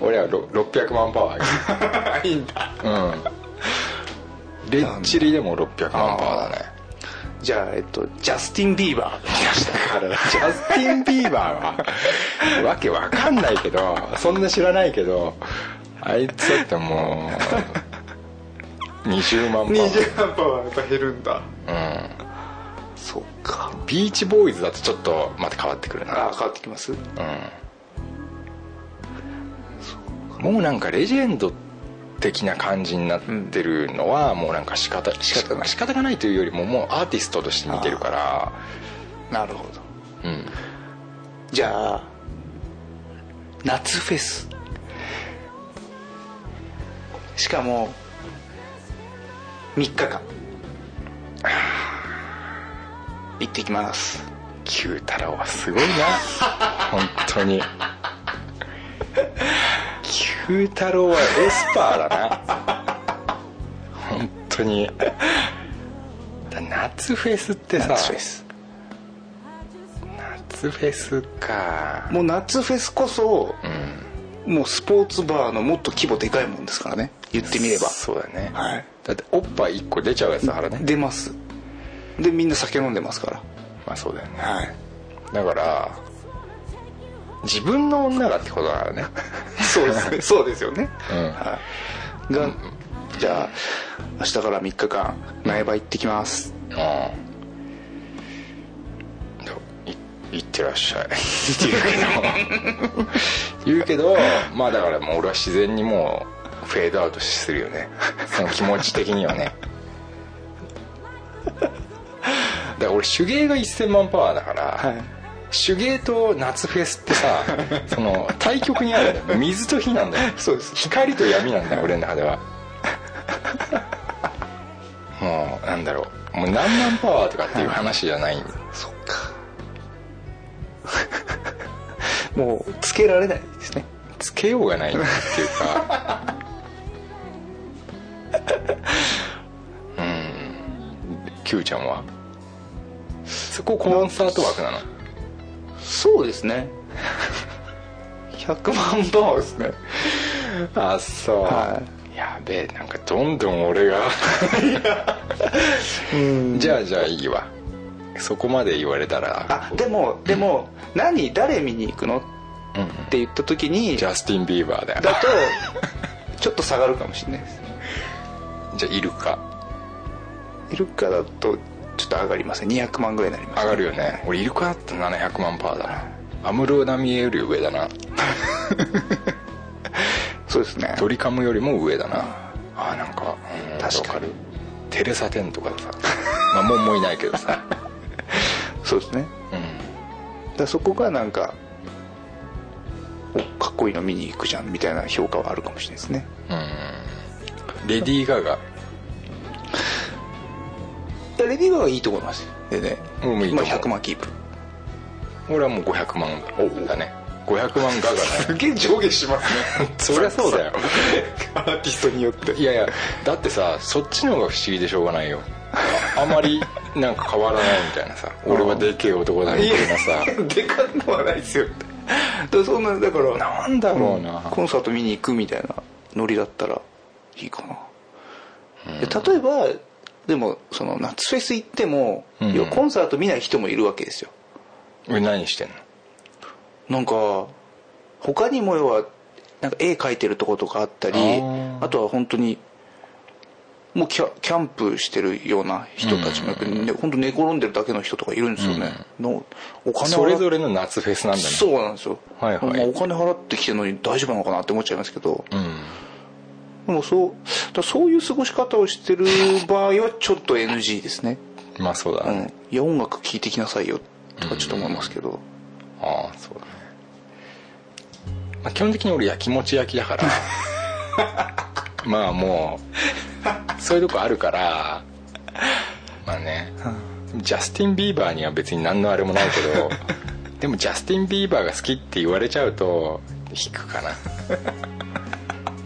S3: 俺はろ600万パワー
S4: いいんだ
S3: うんレッチリでも600万パワーだね
S4: じゃあえっとジャスティン・ビーバー来ました
S3: だからジャスティン・ビーバーはわけわかんないけどそんな知らないけどあいつだってもう20万パワー
S4: 20万パワーやっぱ減るんだうんそっか
S3: ビーチボーイズだとちょっとまた変わってくる
S4: あ
S3: な
S4: あ変わってきます
S3: もうなんかレジェンド的な感じになってるのはもうなんか仕方仕方が仕方がないというよりももうアーティストとして見てるから
S4: なるほど
S3: うん
S4: じゃあ夏フェスしかも3日間行ってきます
S3: 九太郎はすごいな [laughs] 本当に九太郎はエスパーだな本当にだ夏フェスってさ
S4: 夏フェス
S3: 夏フェスか
S4: もう夏フェスこそ、もうスポーツバーのもっと規模でかいもんですからね言ってみれば
S3: そうだね、
S4: はい
S3: だっておっぱい1個出ちゃうやつだからね
S4: 出ますでみんな酒飲んでますか
S3: まあそうだよね
S4: らはい
S3: だから自分の女だってことだからね
S4: そうです [laughs] ねそうですよね
S3: うん
S4: が、じゃあ明日から3日間苗場行ってきます
S3: うんどいいってらっしゃい [laughs] って言うけど言うけどまあだからもう俺は自然にもうフェードアウトするよねその気持ち的にはねだから俺手芸が1000万パワーだから、
S4: はい
S3: 手芸と夏フェスってさ
S4: [laughs]
S3: その対極にあるんだよ水と火なんだよ
S4: そうです
S3: 光と闇なんだよ俺の中で
S4: [laughs]
S3: はもうなんだろうもう何万パワーとかっていう話じゃないんだ
S4: そっかもうつけられないですね
S3: つけようがないっていうか
S4: [laughs]
S3: うん Q ちゃんはそこコンサート枠なの
S4: そうですね100万パワーですね
S3: あそう、
S4: は
S3: やべえなんかどんどん俺がじゃあじゃあいいわそこまで言われたら
S4: あでもでも何誰見に行くの
S3: うん
S4: って言った時に
S3: ジ
S4: だ
S3: ャスティン・ビーバーだよ
S4: とちょっと下がるかもしれないです
S3: じゃあイルカ
S4: イルカだとちょっと上がりません200万ぐらいになります
S3: 上がるよね俺イルカだったら700万パーだな安室奈美恵より上だな
S4: そうですね
S3: ドリカムよりも上だなあーなんかうん
S4: 確かに
S3: わるテレサ・テンとかさまあもんもいないけどさ [laughs]
S4: そうですね
S3: うん
S4: だからそこがなんかおかっこいいの見に行くじゃんみたいな評価はあるかもしれないですね
S3: うんレディー・ガガ
S4: やレディー・ガガはいいと思いますでね
S3: 俺もいいと
S4: ま
S3: 思
S4: あ
S3: う
S4: 100万キープ
S3: 俺はもう500万だね500万ガガだね
S4: げえ上下します
S3: [laughs]
S4: ね [laughs]
S3: そりゃそう [laughs] だよ
S4: アーティストによって
S3: いやいやだってさそっちの方が不思議でしょうがないよああまりなんか変わらないみたいなさ俺はでけえ男だみたいなさ
S4: でかんのはないですよだからそんなだから
S3: なんだろうな
S4: コンサート見に行くみたいなノリだったらいいかな、で例えばでもその夏フェス行っても、
S3: うん
S4: 要はコンサート見ない人もいるわけですよ
S3: 俺何してんの
S4: なんか他にも要はなんか絵描いてるとことかあったり
S3: あ
S4: あ
S3: ー
S4: とは本当にもうキャキャンプしてるような人たちもいる、ね本当寝転んでるだけの人とかいるんですよね、のお金
S3: それ
S4: 払っ
S3: ぞれの夏フェスなんだね
S4: そうなんですよ、
S3: はいはい
S4: まあお金払ってきてるのに大丈夫なのかなって思っちゃいますけど、
S3: うん
S4: でもそうだからそういう過ごし方をしてる場合はちょっと NG ですね、
S3: まあそうだ、
S4: うん、いや音楽聴いてきなさいよとかちょっと思いますけど、
S3: ああそうだね、まあ、基本的に俺やきもち焼きだからまあもうそういうとこあるからまあね、ジャスティン・ビーバーには別に何のあれもないけどでもジャスティン・ビーバーが好きって言われちゃうと引くかな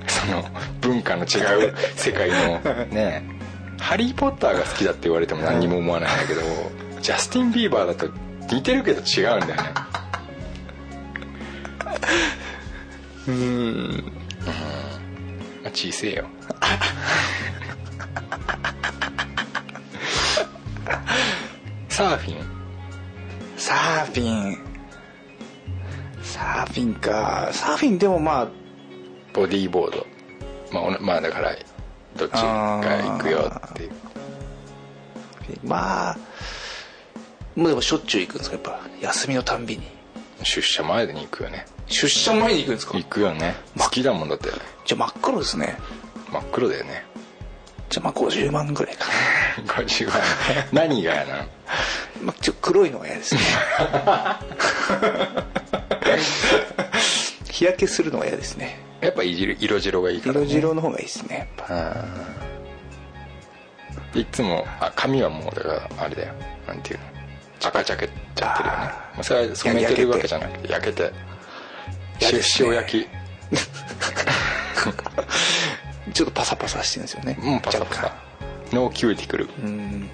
S3: その文化の違う世界のね「ハリー・ポッター」が好きだって言われても何にも思わないんだけどジャスティン・ビーバーだと似てるけど違うんだよねまあ小せえよ [laughs] サーフィン
S4: サーフィンサーフィンかサーフィンでもまあ
S3: ボディーボードまあおな、まあ、だからどっちが行くよっていう
S4: まあもうでもしょっちゅう行くんですかやっぱ休みのたんびに
S3: 出社前に行くよね
S4: 出社前に行くんですか
S3: 行くよね好きだもんだって
S4: じゃあ真っ黒ですね
S3: 真っ黒だよね
S4: じゃあまあ50万ぐらいか
S3: 50万 [laughs] 何がやな
S4: な、まあ、ちょっと黒いのが嫌ですね日焼けするのが嫌ですね
S3: やっぱ色色白がいいから、ね、
S4: 色白の方がいいですねやっぱ
S3: いつもあ髪はもうだからあれだよなんていうの赤ちゃけちゃってるよね
S4: あ
S3: まあそれは染めてるわけじゃなくて焼けて
S4: 嫌
S3: 出
S4: ですね
S3: 生焼き
S4: ちょっとパサパサしてるんですよね
S3: もうパサパ
S4: 若
S3: サノーキューティクル
S4: 干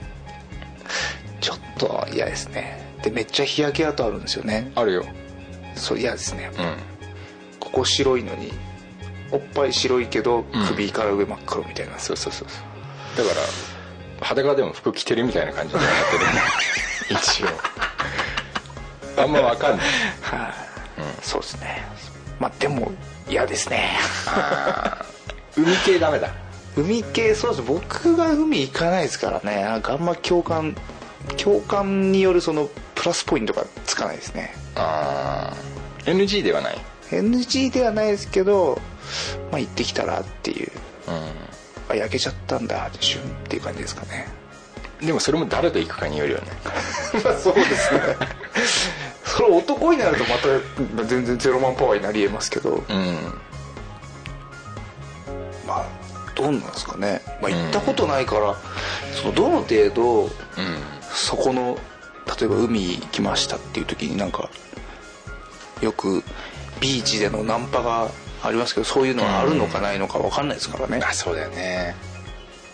S4: ちょっと嫌ですねでめっちゃ日焼け跡あるんですよね
S3: あるよ
S4: そう嫌ですね
S3: うん
S4: ここ白いのにおっぱい白いけど首から上真っ黒みたいな、
S3: そうそうそうそうだから裸でも服着てるみたいな感じになってるよね [laughs] 一応あんまわかんない
S4: そうですねまあでも嫌ですね
S3: 海系ダメだ
S4: 海系そうです僕が海行かないですからねなんかあんま共感共感によるそのプラスポイントがつかないですね
S3: あー NG ではない
S4: NG ではないですけど、まあ、行ってきたらってい
S3: う
S4: うあ焼けちゃったんだってシュンっていう感じですかね
S3: んでもそれも誰と行くかによるよね
S4: まあ [laughs] そうですね [laughs] それ男になるとまた全然ゼロマンパワーになりえますけど、
S3: うん
S4: まあどうなんですかね、まあ、行ったことないから、そのどの程度
S3: うん
S4: そこの例えば海行きましたっていう時になんかよくビーチでのナンパがありますけどそういうのがあるのかないのか分かんないですからね、
S3: あそうだよね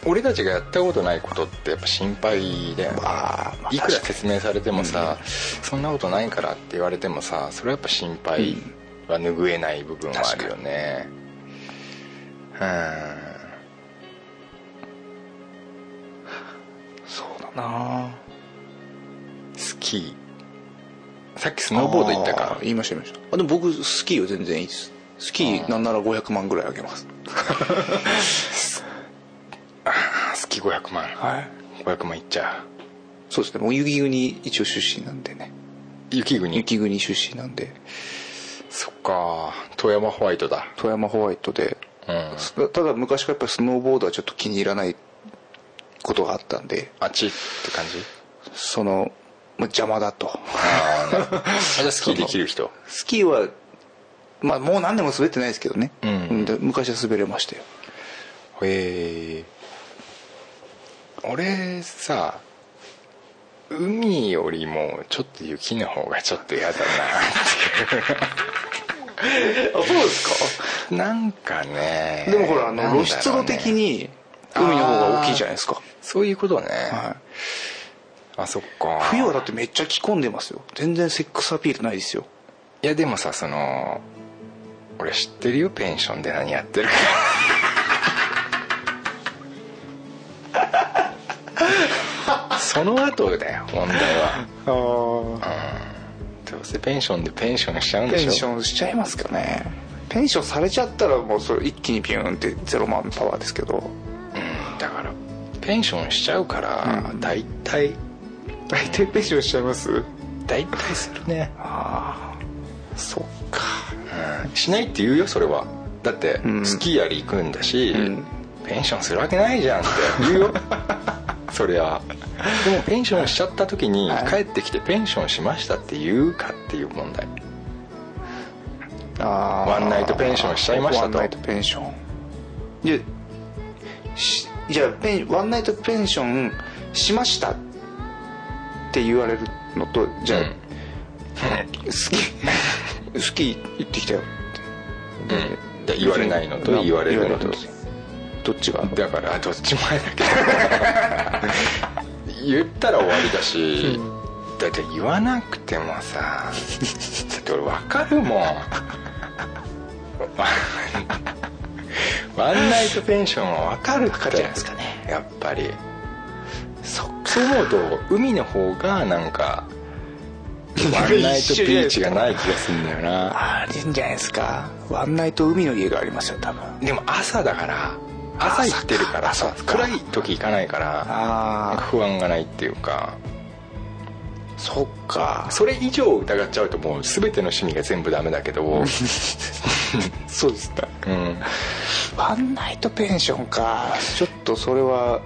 S3: 俺たちがやったことないことってやっぱ心配だよね
S4: あーまあ
S3: いくら
S4: 確か
S3: 説明されてもさ、そんなことないからって言われてもさそれはやっぱ心配は拭えない部分はあるよねうん
S4: にそうだな
S3: スキーさっきスノーボード行った
S4: あ
S3: か
S4: ー言いました言いましたあでも僕スキーは全然いいですスキーなんなら500万ぐらいあげます
S3: あスキー500万、
S4: はい
S3: 500万いっちゃう
S4: そうですねもう雪国一応出身なんでね
S3: 雪国
S4: 雪国出身なんで
S3: そっか富山ホワイトだ
S4: 富山ホワイトで
S3: うん
S4: たただ昔からやっぱりスノーボードはちょっと気に入らないことがあったんで
S3: あっちって感じ
S4: そのまあ邪魔だと [laughs]
S3: あーなるほどあじゃあスキーできる人
S4: スキーは、まあ、もう何年も滑ってないですけどね、
S3: うん
S4: で昔は滑れましたよ
S3: あへえ俺さ海よりもちょっと雪の方がちょっと嫌だな
S4: あそうですか [laughs]
S3: っていうなんかね
S4: でもほら
S3: な
S4: あ
S3: んだ
S4: の
S3: ろう
S4: 露
S3: ね
S4: 出度的に海の方が大きいじゃないですか、
S3: そういうことね、
S4: は
S3: あそっか
S4: い、冬はだってめっちゃ着込んでますよ全然セックスアピールないですよ
S3: いやでもさその俺知ってるよペンションで何やってるかその後だよ問題は
S4: ああ
S3: どうせペンションでペンションしちゃうんで
S4: ペ
S3: しょ
S4: ンションしちゃいますかねペンションされちゃったらもうそれ一気にビューンってゼロ万パワーですけど
S3: うんだからペンションしちゃうから
S4: うん
S3: 大体
S4: 大体ペンションしちゃいます
S3: 大体するね、
S4: ああそっか
S3: うん、しないって言うよそれはだって
S4: うん
S3: スキーやり行くんだし、
S4: うん
S3: ペンションするわけないじゃんって言
S4: [laughs]
S3: うよそりゃでもペンションしちゃった時に
S4: はい
S3: 帰ってきてペンションしましたって言うかっていう問題
S4: あ
S3: ワンナイトペンションしちゃいましたと
S4: ワンナイトペンションでしじゃあペンワンナイトペンションしましたって言われるのとじゃあ、
S3: うん
S4: スキ [laughs] ースキー行ってきたよって、
S3: うんで言われないのと言われるのと
S4: 言わどっちが
S3: だからどっちもあれだけど言ったら終わりだし、だって言わなくてもさだって俺分かるもんワンナイトペンションは分かるって
S4: 分かっちゃいますかね
S3: やっぱり
S4: そっか
S3: そう思うと海の方がなんかワンナイトビーチがない気がするんだよな
S4: ありんじゃないですかワンナイト海の家がありますよ多分
S3: でも朝だから朝行ってるからさ
S4: 朝か
S3: 暗い時行かないからなんか
S4: ああ
S3: 不安がないっていうか
S4: そっか
S3: それ以上疑っちゃうともう全ての趣味が全部ダメだけど、 [laughs] うん、
S4: そうですねワンナイトペンションかちょっとそれは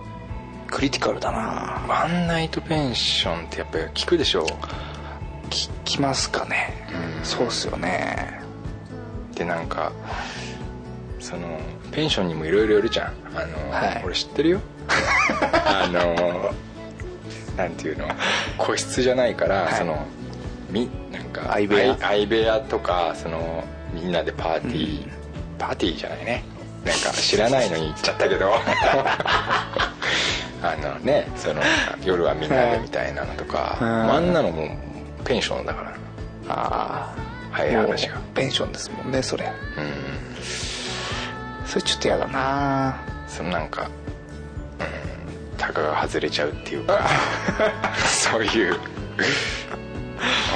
S4: クリティカルだな
S3: ワンナイトペンションってやっぱり聞くでしょ
S4: ききますかねそうっすよね
S3: でなんかそのペンションにもいろいろいるじゃんあの、
S4: はい
S3: 俺知っ
S4: [laughs]
S3: てるよあのなんていうの個室じゃないから、
S4: はい
S3: そのみなんか
S4: 相部屋
S3: 相相部屋とかそのみんなでパーティー、パーティーじゃないねなんか知らないのに行っちゃったけ
S4: [laughs]
S3: どあのねその夜はみんなでみたいなのとか、
S4: はい
S3: あんなのもうペンションだから
S4: ああ
S3: 早い話が
S4: ペンションですもんねそれ
S3: うん
S4: それちょっとやだな
S3: そのなんか、うん、タカが外れちゃうって
S4: [laughs]
S3: いうかそういう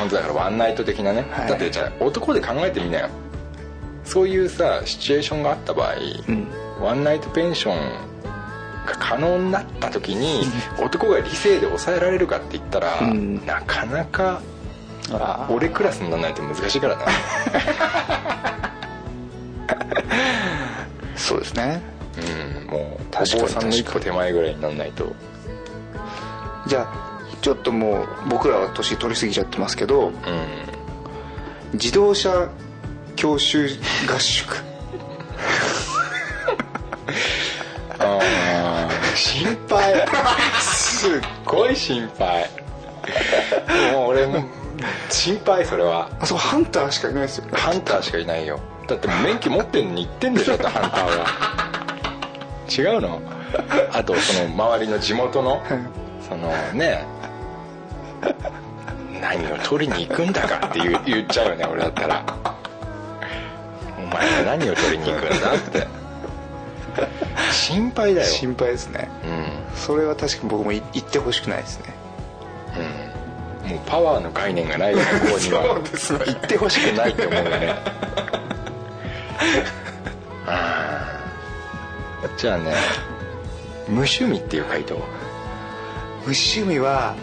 S3: 本当だからワンナイト的なね、
S4: はい
S3: だってじゃあ男で考えてみなよそういうさシチュエーションがあった場合、
S4: うん
S3: ワンナイトペンションが可能になった時
S4: [laughs]
S3: に男が理性で抑えられるかって言ったら、
S4: うん
S3: なかなか
S4: あ
S3: 俺クラスにならないと難しいからな
S4: そうですね
S3: うんもうお坊
S4: 確かに
S3: さんの一歩手前ぐらいにならないと
S4: じゃあちょっともう僕らは年取りすぎちゃってますけど
S3: うん
S4: 自動車教習合宿
S3: あー心配すっごい心配もう俺も心配それは
S4: あそこハンターしかいないですよ
S3: ハンターしかいないよだって免許持ってんのに言ってんでしょだってハンターは違うのあとその周りの地元のそのね何を取りに行くんだかって言う言っちゃうよね俺だったらお前は何を取りに行くんだって心配だよ
S4: 心配ですね
S3: うん
S4: それは確かに僕もい行ってほしくないですね
S3: もうパワーの概念がないよねここには
S4: そうです [laughs] ね
S3: 行ってほしくないって思うよ
S4: [laughs]
S3: ねあーじゃあね無趣味っていう回答
S4: 無趣味は、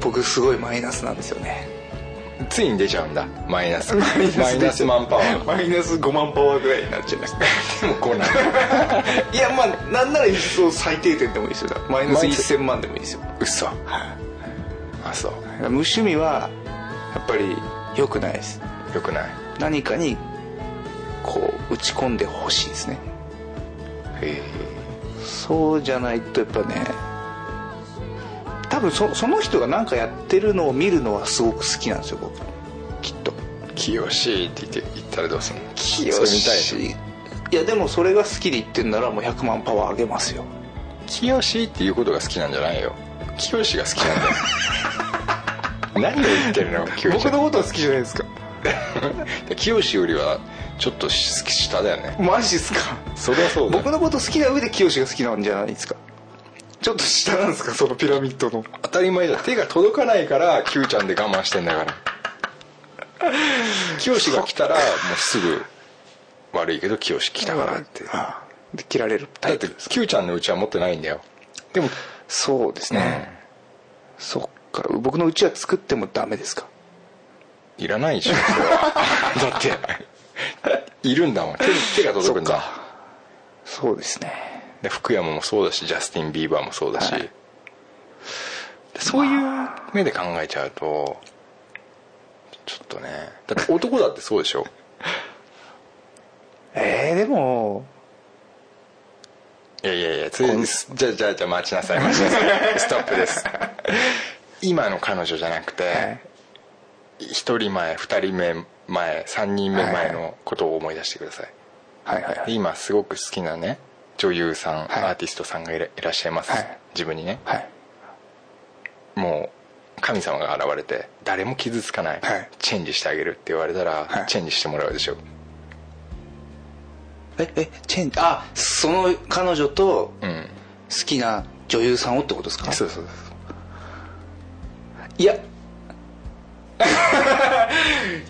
S4: 僕すごいマイナスなんですよね
S3: ついに出ちゃうんだマイナスマイナスマンパワー
S4: [laughs] マイナス5万パワーぐらいになっちゃいました
S3: でもこうなんだ
S4: いやまあなんなら一層最低点でもいいですよマイナス1000万でもいいですよ
S3: 嘘あそう
S4: 無趣味はやっぱり良くないです
S3: よくない
S4: 何かにこう打ち込んでほしいですね
S3: へえ
S4: そうじゃないとやっぱね多分そその人が何かやってるのを見るのはすごく好きなんですよ僕きっと
S3: 清しいって言って言ったらどうするの
S4: 清
S3: それ見たい
S4: しいいやでもそれが好きで言ってんならもう100万パワーあげますよ
S3: 清しいっていうことが好きなんじゃないよ清しが好きなんだよ何を
S4: [laughs]
S3: 言ってるの清
S4: 僕のことは好きじゃないですか
S3: 清しよりはちょっと下だよね
S4: マジっすか
S3: そりゃそうだよ
S4: 僕のこと好きな上で清が好きなんじゃないですかちょっと下なんですかそのピラミッドの
S3: 当たり前だ手が届かないから Q ちゃんで我慢してんだから
S4: [laughs]
S3: 清が来たらもうすぐ悪いけど清来たからってだ
S4: ああで切られるタ
S3: っ
S4: イ
S3: て
S4: プです
S3: Q ちゃんのうちは持ってないんだよでも
S4: そうですね、そっか僕のうちは作ってもダメですか
S3: いらないでしょそれは
S4: [laughs]
S3: だっているんだもん手手が届くん
S4: そっ
S3: だ
S4: そうですね
S3: で福山もそうだしジャスティン・ビーバーもそうだし、
S4: はい
S3: でそういう目で考えちゃうとちょっとねだって男だってそうで
S4: [laughs]
S3: しょ
S4: えー、でも
S3: いやいやいやついじゃあじゃあじゃあ待ちな
S4: [laughs]
S3: さい待ちなさいストップです今の彼女じゃなくて
S4: え
S3: 一人前二人目前三人目前のことを思い出してください、
S4: はいはいはい
S3: 今すごく好きなね女優さん、
S4: はい
S3: アーティストさんがいらいらっしゃいます、
S4: はい
S3: 自分にね
S4: はい
S3: もう神様が現れて誰も傷つかない、
S4: はい
S3: チェンジしてあげるって言われたら、
S4: はい
S3: チェンジしてもらうでしょ
S4: ええチェンジあその彼女と
S3: う
S4: 好
S3: ん
S4: きな女優さんをってことですか、
S3: そうそうそう
S4: いや [laughs]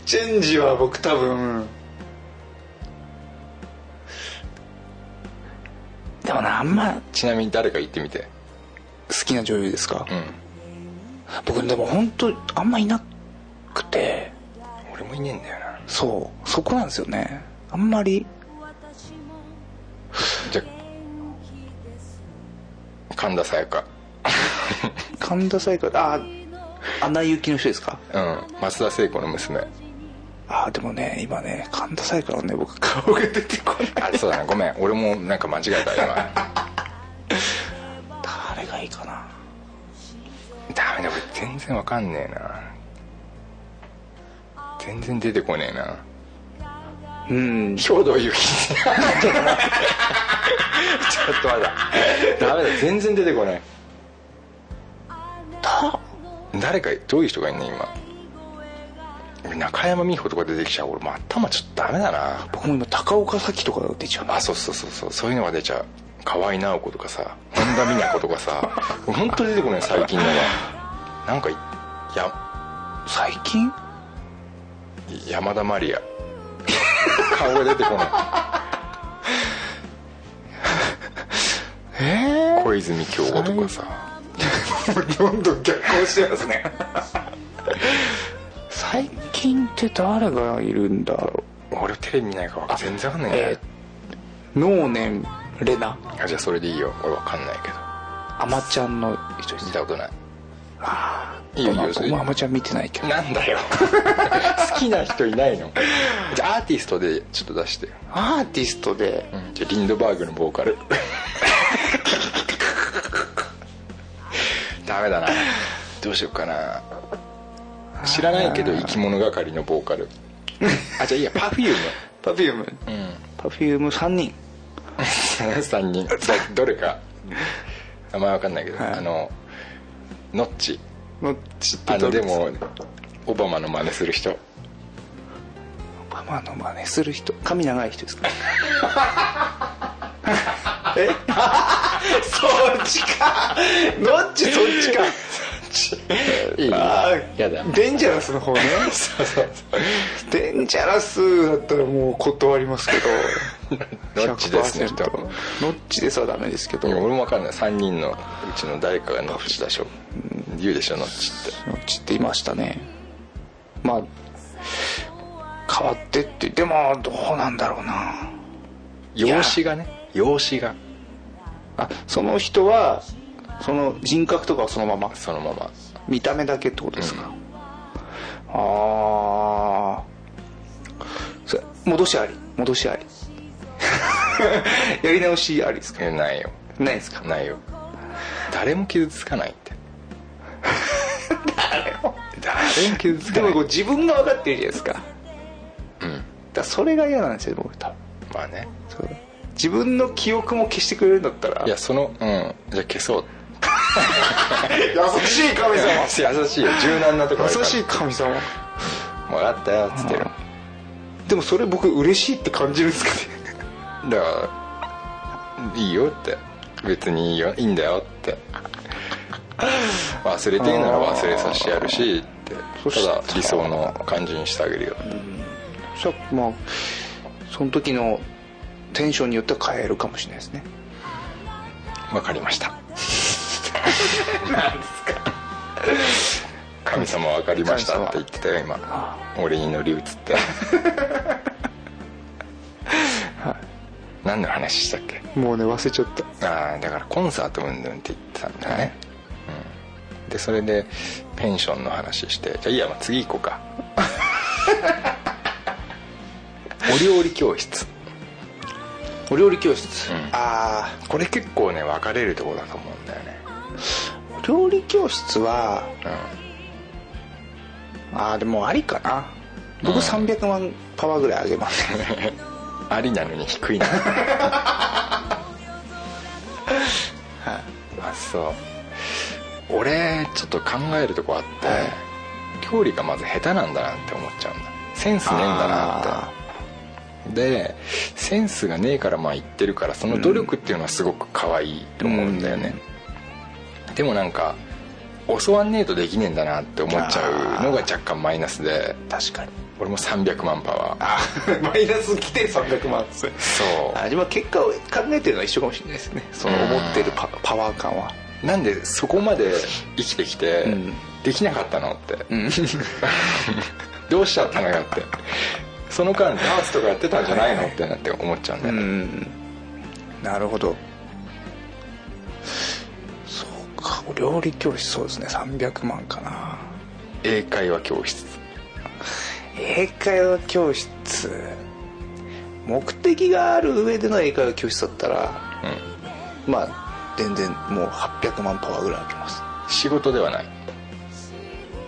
S4: チェンジは僕多分でもなあんま好
S3: ちなみに誰か言ってみて
S4: きな女優ですか、
S3: うん
S4: 僕でも本当あんまいなくて
S3: 俺もいねえんだよな
S4: そうそこなんですよねあんまり
S3: じゃあ神田沙也加
S4: 神田沙也加あアナ雪の人ですか
S3: うん松田聖子の娘
S4: あでもね今ね神田沙也加のね僕顔が出てこない
S3: あそうだなごめん俺もなんか間違えた今
S4: 誰がいいかな
S3: [laughs] ダメだ俺全然わかんねえな全然出てこねえな
S4: うん
S3: 兵道由紀ちょっとまだダメだ全然出てこない誰かどういう人がいんの今中山美穂とか出てきちゃう俺もう頭ちょっとダメだな
S4: 僕も今高岡早紀とか出ちゃう
S3: あそうそうそうそうそういうのが出ちゃう河合直子とかさ本田美奈子とかさ俺本当に出てこない最近のはなんかいや
S4: 最近
S3: 山田まりや顔が出てこな
S4: え
S3: い小泉京子とかさ
S4: [laughs] どんどん逆行してますね最近って誰がいるんだろ
S3: 俺テレビ見ないから全然わかんないね
S4: え、う能年レナ
S3: あじゃあそれでいいよ俺わかんないけど
S4: あまちゃんの人です
S3: 見たことないいいよいいよそ
S4: 僕
S3: れ
S4: もあまちゃん見てないけど
S3: なん
S4: [laughs]
S3: だよ好きな人いないのじゃあアーティストでちょっと出してよ、
S4: アーティストで
S3: うん、じゃあリンドバーグのボー
S4: [laughs]
S3: カルダメだなどうしようかな知らないけど生き物係のボーカルあじゃあいいやパフューム
S4: Perfume
S3: うん
S4: パフューム3人
S3: 3人
S4: [laughs]
S3: どれか名前わかんないけど、
S4: はい
S3: あのノッチ
S4: の知って
S3: あの
S4: どれ
S3: でもオバマの真似する人
S4: ママの真似する人髪長い人ですか [laughs] え [laughs] そっちかどっちそっちか
S3: いい
S4: [laughs] あ
S3: やだ
S4: ーデンジャラスの [laughs] 方ね
S3: そうそう
S4: デンジャラスだったらもう断りますけ [laughs] ど
S3: ノッチですね
S4: 100%
S3: 人
S4: ノッチですはダメですけど
S3: 俺
S4: ノ
S3: も分かんない3人のうちの誰かがノッチでしょ言うでしょノッチっ
S4: ッチっていましたねまあ変わってってでもどうなんだろうな
S3: て容姿がね容姿が
S4: あその人はその人格とかはそのまま
S3: そのまま
S4: 見た目だけってことですか、
S3: うん
S4: ああそれ戻しあり戻しあり [laughs] やり直しありですか
S3: えないよ
S4: ないですか
S3: ないよ誰も傷つかないって誰も傷つ
S4: で
S3: かな
S4: も
S3: い
S4: こう自分が分かってるじゃないですかだか
S3: うん
S4: らそれが嫌なんですよ僕多分
S3: まあね
S4: そう自分の記憶も消してくれるんだったら
S3: いやそのうんじゃあ消そう
S4: 優しい神
S3: 優しいよ柔軟なところ
S4: 優しい神様
S3: 分かったよっつってる
S4: でもそれ僕嬉しいって感じるんですかね
S3: だからいいよって別にいいよいいんだよ
S4: [laughs]
S3: って忘れていいなら忘れさせてやるしって
S4: そした
S3: た
S4: ら
S3: だ理想の感じにしてあげるよ
S4: そしたらまあその時のテンションによっては変えるかもしれないですね
S3: わかりました何ですか神様わかりましたって言ってたよ今俺に乗り移って
S4: [laughs]
S3: 何の話したっけ
S4: もうね忘れちゃった
S3: ああだからコンサートうんぬんって言ってたんだよね、
S4: はい
S3: うん、でそれでペンションの話してじゃあいいや、まあ、次行こう
S4: [laughs]
S3: かお料理教室
S4: お料理教室、
S3: うん
S4: ああ
S3: これ結構ね分かれるとこだと思うんだよね
S4: 料理教室は
S3: う
S4: ああでもありかな
S3: う
S4: 僕
S3: ん
S4: 300万パワーぐらいあげます
S3: んありなのに低い
S4: [laughs]
S3: なあそう俺ちょっと考えるとこあって、
S4: はい
S3: 料理がまず下手なんだなって思っちゃうんだセンスねえんだなって
S4: あ
S3: でセンスがねえからまあ言ってるからその努力っていうのはすごく可愛いと思うんだよね、でもなんか教わんねえとできねえんだなって思っちゃうのが若干マイナスで
S4: ー確かに
S3: 俺も300万パワー
S4: あー [laughs] マイナス来て300万ですね
S3: そ
S4: あでも結果を考えてるのは一緒かもしれないですねその思ってるパパワー感は
S3: うなんでそこまで生きてきて
S4: うん
S3: できなかったのって、
S4: ん
S3: [laughs]
S4: [laughs]
S3: どうしちゃったのよってその間ダーツとかやってたんじゃないのってなって思っちゃうんだ
S4: う
S3: よね、
S4: んなるほどそうかお料理教室そうですね300万かな
S3: 英会話教室
S4: 英会話教室目的がある上での英会話教室だったら、まあ全然もう800万パワーぐらいあげます
S3: 仕事ではない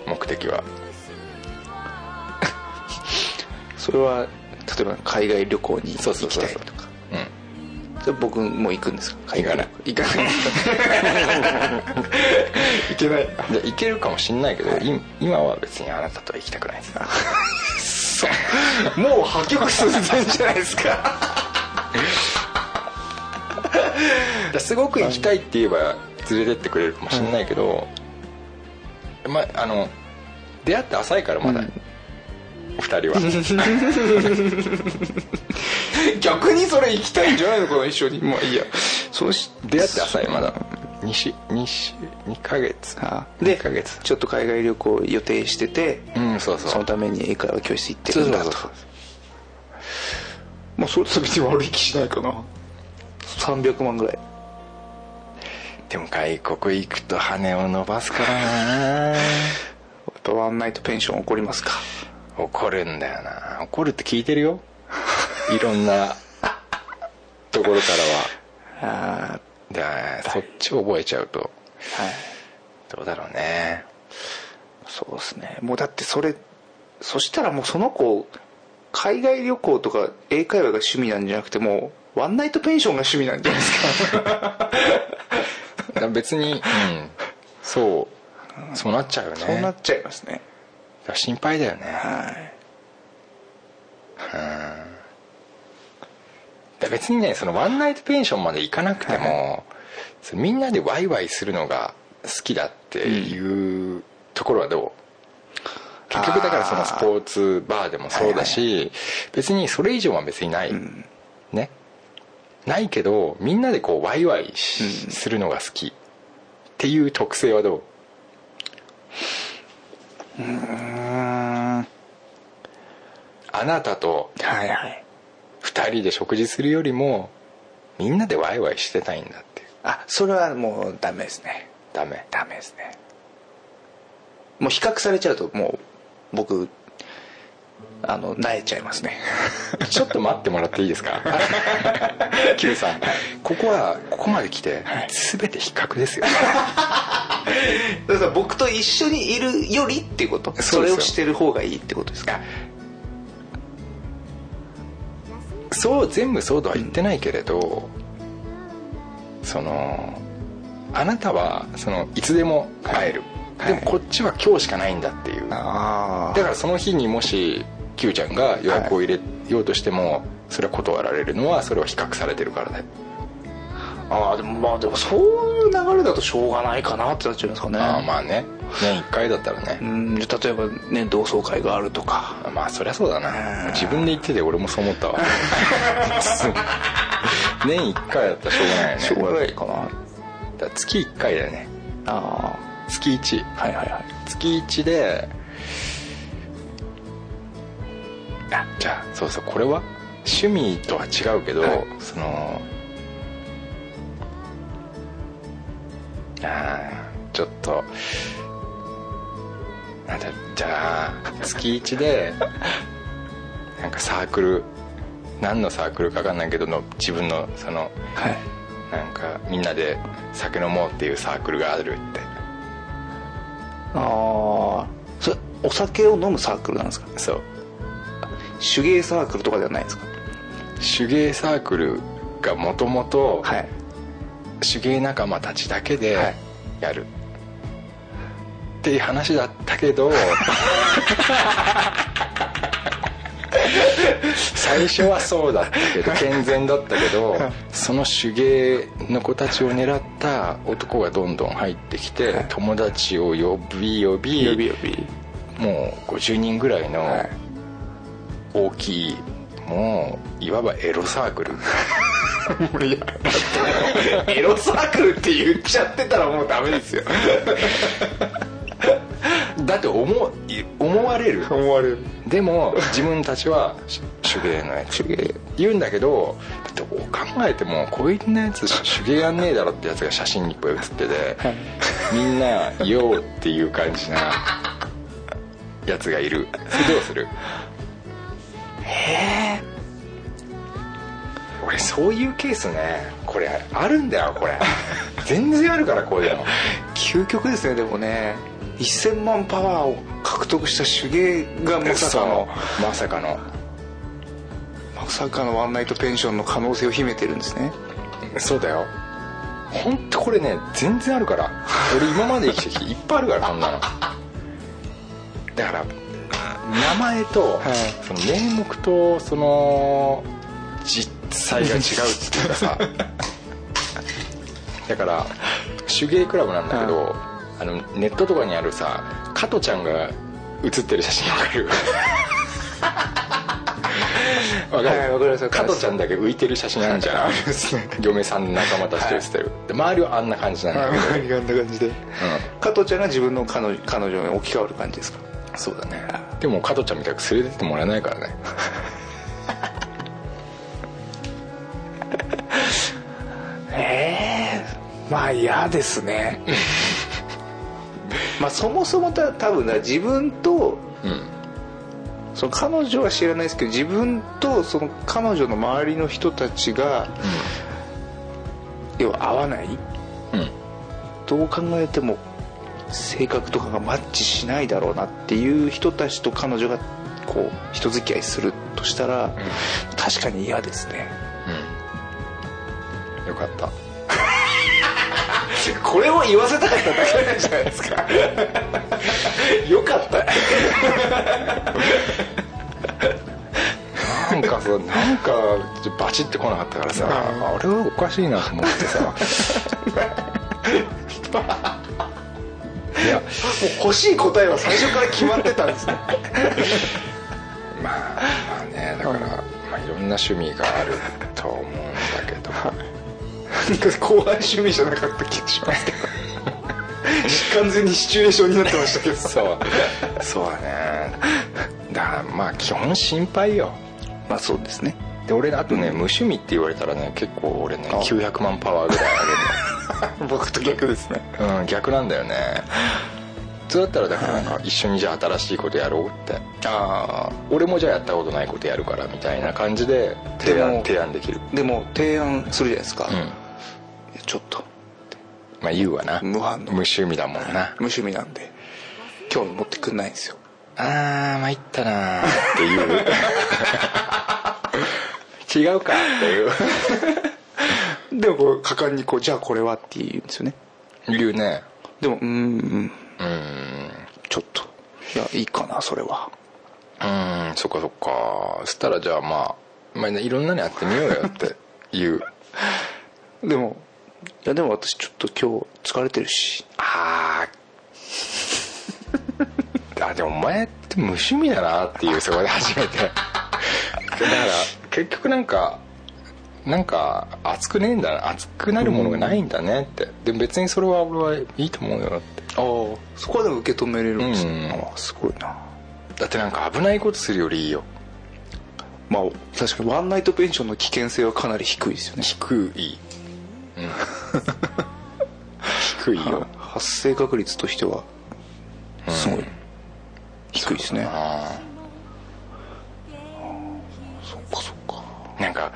S3: 目的は
S4: それは例えば海外旅行に
S3: そう
S4: 行
S3: そう
S4: き
S3: そう
S4: た
S3: そ
S4: いうとか
S3: うん
S4: それ僕も行くんですか海
S3: 行か
S4: 外
S3: ない行かない
S4: 行けない
S3: じゃあ行けるかもしんないけど、い今は別にあなたとは行きたくないです
S4: [laughs] もう破局寸前じゃな
S3: [laughs]
S4: いですか
S3: すごく行きたいって言えば連れてってくれるかもしんないけど、まああの出会って浅いからまだ、お二
S4: [laughs]
S3: 人は
S4: 逆にそれ行きたいんじゃないのかな一緒にまあいいやそうし
S3: 出会って浅いまだ西西2ヶ月
S4: あ
S3: 2
S4: で
S3: ヶ月
S4: ちょっと海外旅行を予定してて、
S3: うんそうそう
S4: そのために英会話教室行ってるんだと
S3: そうそうそう
S4: まあそれと別に悪い気しないかな300万ぐらい
S3: でも外国行くと羽を伸ばすからな
S4: やっぱワンナイトペンション怒りますか
S3: 怒るんだよな怒るって聞いてるよ [laughs] いろんなところ
S4: あ
S3: からはでそっち覚えちゃうと
S4: あはい
S3: どうだろうね
S4: そうですねもうだってそれそしたらもうその子海外旅行とか英会話が趣味なんじゃなくてもうワンナイトペンションが趣味なんじゃないですか
S3: だから別に、うん、そうそうなっちゃうよね
S4: そうな
S3: だ
S4: っ
S3: か
S4: ちゃいますね
S3: ら心配だよねだか
S4: はい
S3: ら別にねそのワンナイトペンションまで行かなくても、そのみんなでワイワイするのが好きだっていうところはどう、結局だからそのスポーツバーでもそうだし、別にそれ以上は別にない、ねないけどみんなでこうワイワイし、するのが好きっていう特性はどう
S4: うーんは
S3: あなたと
S4: いはい
S3: 2人で食事するよりもみんなでワイワイしてたいんだっていう
S4: あそれはもうダメですね
S3: ダ
S4: [laughs]
S3: メ
S4: ダメですねもう比較されちゃうともう僕あの萎えちゃい [laughs] ますね
S3: ちょっと待ってもらっていいですか Q さんここはここまで来て全て比較ですよ
S4: だから僕と一緒にいるよりっていうことそ
S3: そうです
S4: れ
S3: よ
S4: をしてる方がいいってことですか
S3: そう全部そうとは言ってないけれど、そのあなたはそのいつでも会える、
S4: は
S3: で
S4: い
S3: もこっちは今日しかないんだっていうだ
S4: あ
S3: からその日にもし Q ちゃんが予約を入れようとしても、それは断られるのはそれは比較されてるからだよ
S4: あーでもまあでもそういう流れだとしょうがないかなってなっちゃいますかね
S3: ああまあね年1回だったらね、
S4: うん例えばね同窓会があるとか
S3: まあそりゃそうだな自分で言ってて俺もそう思った
S4: [laughs]
S3: わ [laughs] 年1回だったらしょうがないよね
S4: しょうがないかな
S3: だから月1回だよね
S4: あ
S3: 月1
S4: あはいはいはい
S3: 月1であじゃあそうそうこれは趣味とは違うけど、
S4: はい
S3: そのあーちょっとなんだじゃあ月1でなんかサークル何のサークルか分かんないけどの自分のその
S4: はい
S3: なんかみんなで酒飲もうっていうサークルがあるって
S4: ああそれお酒を飲むサークルなんですか
S3: そう
S4: 手芸サークルとかではないんですか
S3: 手芸サークルがもともと
S4: はい
S3: 手芸仲間たちだけで
S4: はい
S3: やる、っていう話だったけ
S4: [laughs]
S3: ど最初はそうだったけ
S4: [laughs]
S3: ど健全だったけどその手芸の子たちを狙った男がどんどん入ってきて友達を呼び呼び
S4: 呼び呼び
S3: もう50人ぐらいの
S4: はい
S3: 大きい、もういわばエロサークル
S4: [laughs] エロサークルって言っちゃってたらもうダメですよ
S3: だって思う思われる
S4: [laughs] 思われる
S3: でも自分たちはし手芸のやつ
S4: 手芸
S3: 言うんだけどだってこう考えてもこいつのやつ手芸やんねえだろってやつが写真にいっぱい写っててみんな「よう」っていう感じなやつがいるそれどうするへえ俺そういうケースねこれあるんだよこ
S4: [laughs]
S3: れ全然あるからこういうの
S4: 究極ですねでもね1000万パワーを獲得した手芸がまさかの
S3: そうまさかの
S4: まさかのワンナイトペンションの可能性を秘めてるんですね
S3: そうだよ本当これね全然ある
S4: [laughs]
S3: から俺今まで生きてきていっぱいあるからこんなのだから名前と、
S4: はい
S3: その名目とその実際が違うっていうか
S4: [laughs]
S3: さだから手芸クラブなんだけど、あのネットとかにあるさ加トちゃんが写ってる写真わかるわか
S4: はい
S3: る
S4: わかりますわか
S3: [laughs] 加
S4: ります
S3: トちゃんだけ浮いてる写真あるじゃん嫁さんの仲間たちと写ってる、で周りはあんな感じなんだけど、
S4: あ [laughs] んな感じで加藤ちゃんが自分の彼女彼女に置き換わる感じですか
S3: うん、そうだねでも加トちゃんみたく連れてってもらえないからね
S4: ええまあ嫌ですね [laughs] まあそもそもた多分な自分と
S3: うん
S4: その彼女は知らないですけど自分とその彼女の周りの人たちが、要は合わない
S3: うん
S4: どう考えても性格とかがマッチしないだろうなっていう人たちと彼女がこう人付き合いするとしたら、確かに嫌ですね
S3: うんよかった
S4: これを言わせたかっただけなんじゃないで
S3: [laughs]
S4: すかよかった
S3: なんかさなんかちょっとバチってこなかったからさあれはおかしいなと思ってさいや
S4: 欲しい答えは最初から決まってたんですね
S3: まあまあねだから、まあ、いろんな趣味があると思うんだけど
S4: 後半趣味じゃなかった気がします
S3: [laughs]
S4: けど完全にシチュエーションになってましたけど
S3: そうそうだねだからまあ基本心配よ
S4: まあそうですね
S3: で俺あとね、無趣味って言われたらね結構俺ね
S4: あ
S3: 900万パワーぐらいあ
S4: 僕と逆ですね
S3: げる、うん、逆なんだよね通だったらだからなんか一緒にじゃあ新しいことやろうって
S4: ああ
S3: 俺もじゃあやったことないことやるからみたいな感じで提
S4: で
S3: 案
S4: も
S3: 提案できる
S4: でも提案するじゃないですか、
S3: うん
S4: いやちょっと
S3: まあ言うわな
S4: 無反応
S3: 無趣味だもんな
S4: 無趣味なんで興味持ってくんないんですよ
S3: あー参ったなーっていう [laughs] 違うかっていう
S4: でもこう果敢にこう「じゃあこれは」って言うんですよね
S3: 言うね
S4: でもうーんうん
S3: うーん
S4: ちょっといやいいかなそれは
S3: うーんそっかそっかそしたらじゃあまあ、まあね、いろんなのやってみようよって言う
S4: でもいやでも私ちょっと今日疲れてるし
S3: あー [laughs] あでもお前って無趣味だなっていうそこで初めて [laughs] だから結局なんかなんか熱くねえんだな熱くなるものがないんだねってでも別にそれは俺はいいと思うよって
S4: ああそこはでも受け止めれるんですよ、
S3: うん
S4: ああすごいな
S3: だってなんか危ないことするよりいいよ
S4: まあ確かにワンナイトペンションの危険性はかなり低いですよね
S3: 低い、うん、低いよ
S4: 発生確率としてはすごい低いですね、
S3: あ
S4: そっかそっか
S3: ーなんか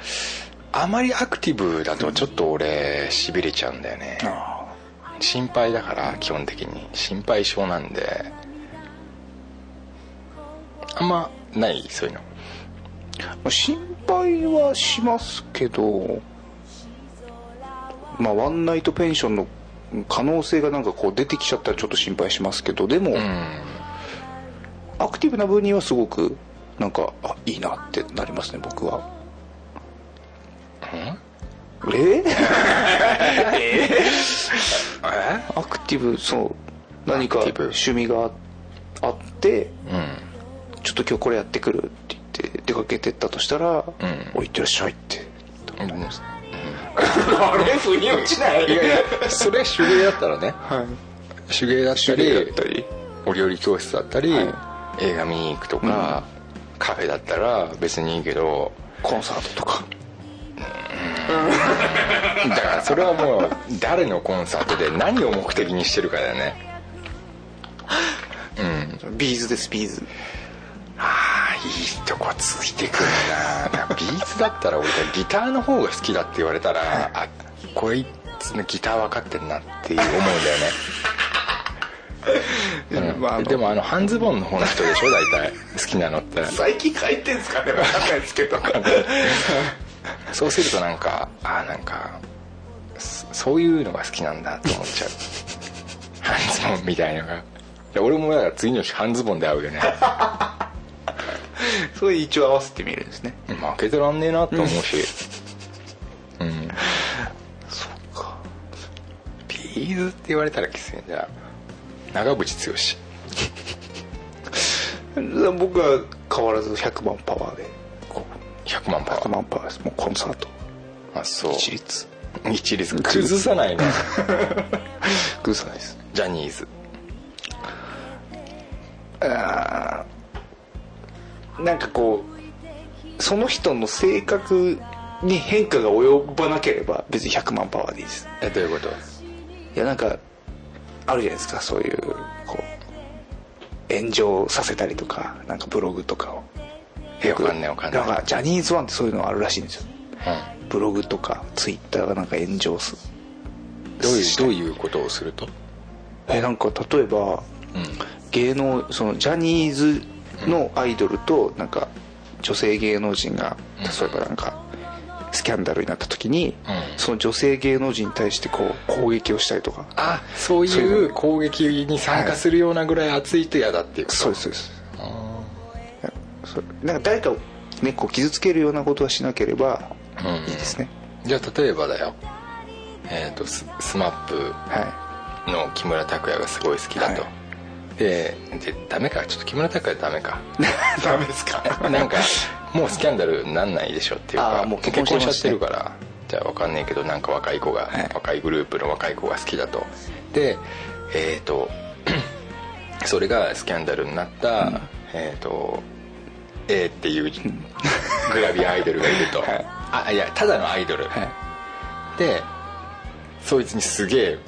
S3: あまりアクティブだとちょっと俺しびれちゃうんだよね
S4: あ
S3: 心配だから基本的に心配性なんであんまないそういうの
S4: まあ心配はしますけどまあワンナイトペンションの可能性がなんかこう出てきちゃったらちょっと心配しますけどでも、
S3: うん
S4: アクティブな分にはすごくなんかあいいなってなりますね僕はえ [laughs]
S3: え
S4: アクティブそう何か
S3: アクティブ
S4: 趣味があって
S3: うん
S4: ちょっと今日これやってくるって言って出かけてったとしたら
S3: ん
S4: 「おいってらっしゃい」って
S3: うん
S4: あれ腑に落ちない
S3: いやいや [laughs] それ手芸だったらね
S4: はい
S3: 手芸だった
S4: 手芸だ
S3: り
S4: ったり
S3: お料理教室だったり、映画見に行くとか、カフェだったら別にいいけど
S4: コンサートとか
S3: だからそれはもう誰のコンサートで何を目的にしてるかだよね
S4: ビーズですビーズ
S3: ああいいとこついてくるなだからビーズだったら俺ギターの方が好きだって言われたらあこいつのギター分かってんなって思うん [laughs] だよねうん
S4: まああの
S3: でもあの半ズボンの方の人でしょ大 [laughs] 体好きなのって
S4: 最近書いてんすかね分かんないですけ [laughs] ど
S3: そうするとなんかああなんかそそういうのが好きなんだと思っち [laughs] ゃう半ズボンみたいのがで俺もだから次の日半ズボンで会うよね
S4: それ一応合わせてみるんですね
S3: 負けてらんねえなと思うしうんビーズって言われたらきついねじゃあ長渕剛
S4: 僕は変わらず100万パワーでこ
S3: 100万
S4: う
S3: パワ
S4: 100
S3: ー
S4: 万パワーですもうコンサート
S3: あそう
S4: 一律
S3: 一律崩さ [laughs] ないね
S4: 崩さないです
S3: ジャニーズ
S4: なんかこうその人の性格に変化が及ばなければ別に100万パワーでいいです
S3: えどういうこと
S4: いやなんかあるじゃないですかそういうこう炎上させたりとかなんかブログとかを
S3: えわかんないわかんない
S4: だからジャニーズワンってそういうのがあるらしいんですよブログとかツイッターがなんか炎上する
S3: どういうどういうことをすると
S4: えなんか例えば
S3: うん
S4: 芸能そのジャニーズのアイドルとなんか女性芸能人が
S3: うん
S4: 例えばなんかスキャンダルになった時に、
S3: うん
S4: その女性芸能人に対してこう攻撃をしたりとか
S3: あそう
S4: そう
S3: い
S4: いう
S3: う攻撃に参加するようなぐらい熱いと嫌だっていうこと
S4: そうですそうですそれなんか誰かを、ね、こう傷つけるようなことはしなければ
S3: うん
S4: いいですね、
S3: じゃあ例えばだよえっ、とススマップ
S4: は
S3: の木村拓哉がすごい好きだと、
S4: は
S3: ででダメかちょっと木村拓哉ダメか
S4: い [laughs] ダメですか
S3: なんかもうスキャンダルなんないでしょっていうか
S4: あーもう結
S3: 結
S4: 婚
S3: 婚
S4: し
S3: しち
S4: て
S3: ゃ
S4: ま
S3: って
S4: すね
S3: るからじゃあわかんねえけどなんか若い子が、
S4: はい
S3: 若いグループの若い子が好きだとでえっ、と [clears throat] それがスキャンダルになった、えっ、と A っていうグラビアアイドルがいると、
S4: い
S3: あいやただのアイドル、
S4: はい
S3: でそいつにすげえ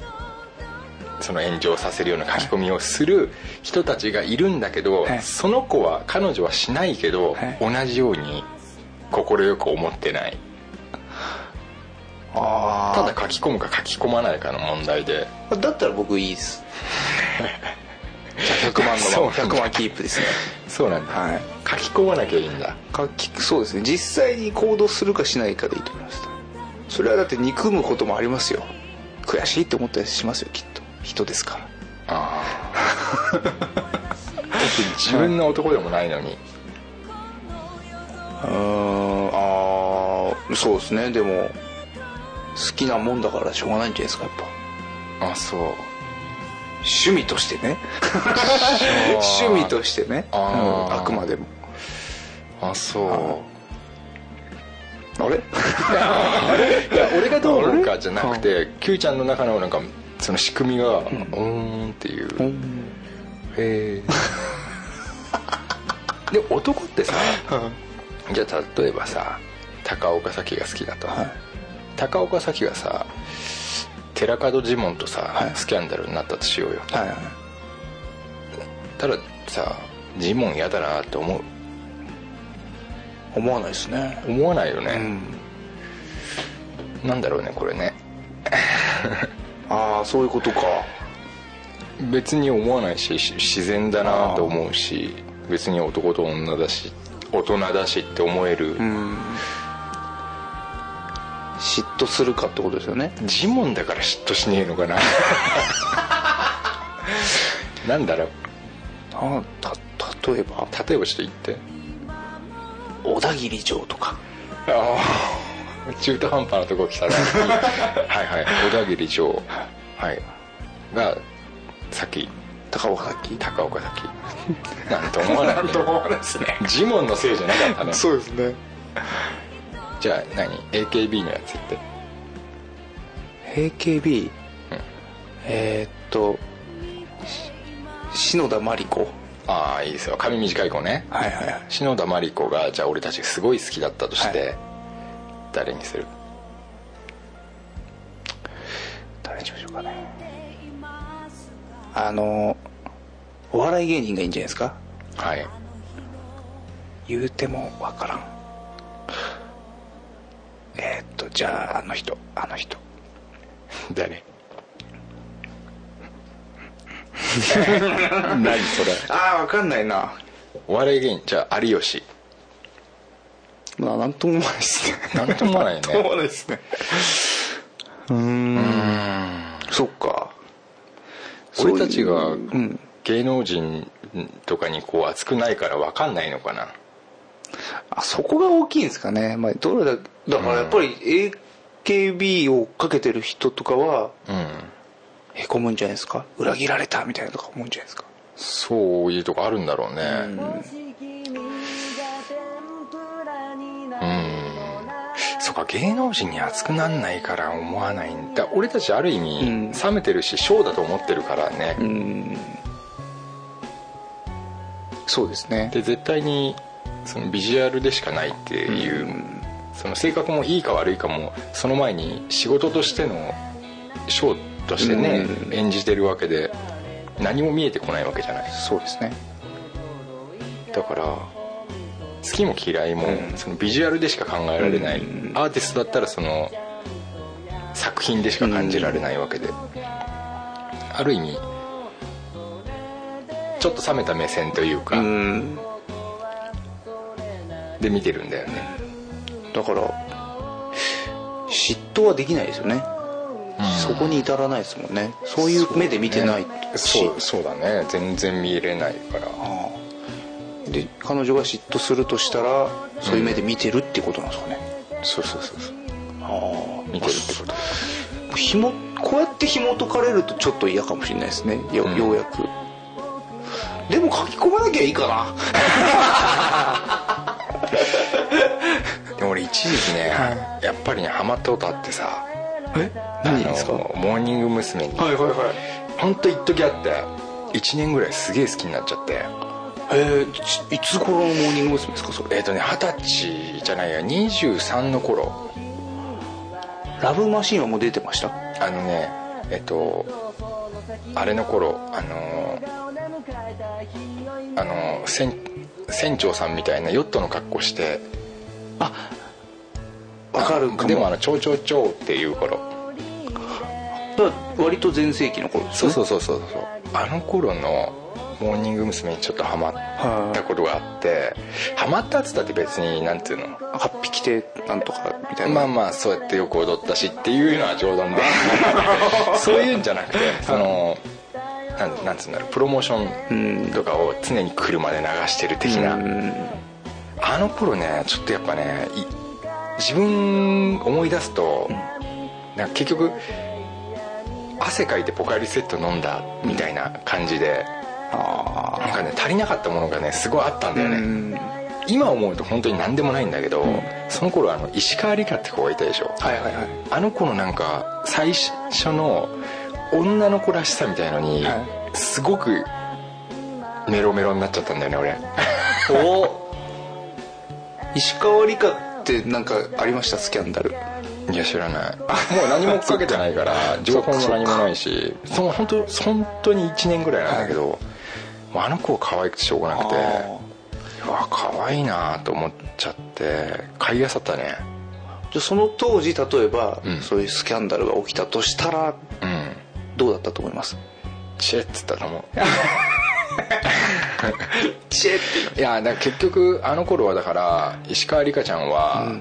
S3: その炎上させるような書き込みをする人たちがいるんだけど、
S4: はい
S3: その子は彼女はしないけど、
S4: はい
S3: 同じように快く思ってない
S4: あ
S3: ただ書き込むか書き込まないかの問題で
S4: あだったら僕いいです [laughs] じゃあ100万
S3: そう
S4: のまま100万キープですね
S3: そうなんだ、
S4: はい
S3: 書き込まなきゃいいんだ
S4: 書きそうですね実際に行動するかしないかでいいと思いますそれはだって憎むこともありますよ悔しいって思ったりしますよきっと人ですから
S3: あ [laughs] あ自分の男でもないのに、
S4: うーんああそうですねでも好きなもんだからしょうがないんじゃないですかやっぱ
S3: あそう
S4: 趣味としてね趣味としてね
S3: あー
S4: うんあくまでも
S3: あそう
S4: あれ [laughs]
S3: いや俺がどう思うかじゃなくて Q ちゃんの中のなんかその仕組みが「うーん」っていううんへえで男ってさじゃあ例えばさ高岡早紀が好きだと、
S4: はい
S3: 高岡早紀がさ寺門ジモンとさ、
S4: はい
S3: スキャンダルになったとしようよ
S4: はいはい
S3: たださジモン嫌だなって思う
S4: 思わないですね
S3: 思わないよ
S4: う
S3: ね、
S4: ん
S3: なんだろうねこれね
S4: ああそういうことか
S3: 別に思わないしし自然だなと思うし別に男と女だし大人だしって思える、
S4: うん嫉妬するかってことですよね
S3: ジモンだから嫉妬しねえのかな [laughs] なんだろう
S4: あた例えば
S3: 例えばちょっと言って
S4: 小田切城とか
S3: ああ中途半端なとこ来たなはいはい小田切城はいがさっき
S4: 高岡崎
S3: 高岡早紀なんと思わない、ね、
S4: ですね
S3: ジモンのせいじゃなかったね
S4: そうですね
S3: じゃあ何 AKB のやつ言って
S4: AKB、えーっとし篠田麻里子
S3: ああいいですよ髪短い子ね
S4: はいはいはい
S3: 篠田麻里子がじゃあ俺たちすごい好きだったとして、
S4: は
S3: 誰にする
S4: 誰にしましょうかねあのお笑い芸人がいいんじゃないですか
S3: はい
S4: 言うてもわからんえーっとじゃああの人あの人
S3: 誰 [laughs] 何それ
S4: ああわかんないな
S3: お笑い芸人じゃあ有吉
S4: まあなんとも思わないですね [laughs]
S3: なんとも思わない [laughs] ね
S4: なんとも思わないですねうーんそっか
S3: 俺たちが
S4: そういううん
S3: 芸能人とかにこう熱くないから分かんないのかな
S4: あそこが大きいんですかね、まあ、どれだだからやっぱり AKB を追っかけてる人とかは
S3: うん
S4: へこむんじゃないですか裏切られたみたいなとか思うんじゃないですか
S3: そういうとこあるんだろうね、そっか芸能人に熱くなんないから思わないんだ俺たちある意味、
S4: うん
S3: 冷めてるしショーだと思ってるからね、
S4: そうですね
S3: で絶対にそのビジュアルでしかないっていう、その性格もいいか悪いかもその前に仕事としてのショーとしてね、
S4: う
S3: 演じてるわけで何も見えてこないわけじゃない
S4: そうですね
S3: だから好きも嫌いもそのビジュアルでしか考えられない、アーティストだったらその作品でしか感じられないわけで、ある意味ちょっと冷めた目線というか、
S4: うん
S3: で見てるんだよね
S4: だから嫉妬はできないですよね、そこに至らないですもんねそういう目で見てないし、
S3: そうそうだね全然見れないから
S4: で彼女が嫉妬するとしたらそういう目で見てるってことなんですかね、
S3: そうそうそうそう
S4: ああ
S3: 見てるってこと
S4: ひもこうやって紐解かれるとちょっと嫌かもしれないですねよ,、
S3: ん
S4: ようやくでも書き込まなきゃいいかな
S3: でも俺一時期ね、やっぱりねハマったことあってさ
S4: え
S3: あのモーニング娘。に
S4: はいはいはい
S3: 本当一時あって1年ぐらいすげえ好きになっちゃって
S4: えー、ちいつ頃のモーニング娘。ですかそれ
S3: えっ、とね二十歳じゃないや23の頃
S4: ラブマシーンはもう出てました
S3: あのねえっ、とあれの頃あのーあのー船船長さんみたいなヨットの格好して
S4: わかるかも
S3: でもあの「ちょうちょうちょう」っていう頃
S4: だから割と全盛期の頃です
S3: そう
S4: ね
S3: そうそうそうそうあの頃のモーニング娘。にちょっとハマったことがあってハマったっつったって別になんていうの
S4: 8匹でなんとかみたいな、
S3: まあまあそうやってよく踊ったしっていうのは冗談
S4: [laughs]
S3: でそういうんじゃなくてそのなんなんつうんだろうプロモーションとかを常に車で流してる的な、
S4: うん
S3: あの頃ねちょっとやっぱねい自分思い出すと、なんか結局汗かいてポカリセット飲んだみたいな感じで、
S4: あ
S3: なんかね足りなかったものがねすごいあったん
S4: あ
S3: だよね、
S4: うんはい
S3: 今思うと本当に何でもないんだけど、その頃あの石川理香って子がいたでしょ
S4: はいはい
S3: あの子のなんか最初の女の子らしさみたいのに、
S4: は
S3: すごくメロメロになっちゃったんだよね俺
S4: お石川理香ってなんかありましたスキャンダル
S3: いや知らないもう何も追っかけてない [laughs] から情報も何もないしその本当本当に1年ぐらいなんだけど、もうあの子は可愛くてしょうがなくて
S4: あ
S3: うわ可愛いなと思っちゃって買い漁ったね
S4: じゃあその当時例えば、
S3: うん
S4: そういうスキャンダルが起きたとしたら
S3: うん
S4: どうだったと思います
S3: チェッつったと思う
S4: チェって
S3: いやだから結局あの頃はだから石川梨花ちゃんは、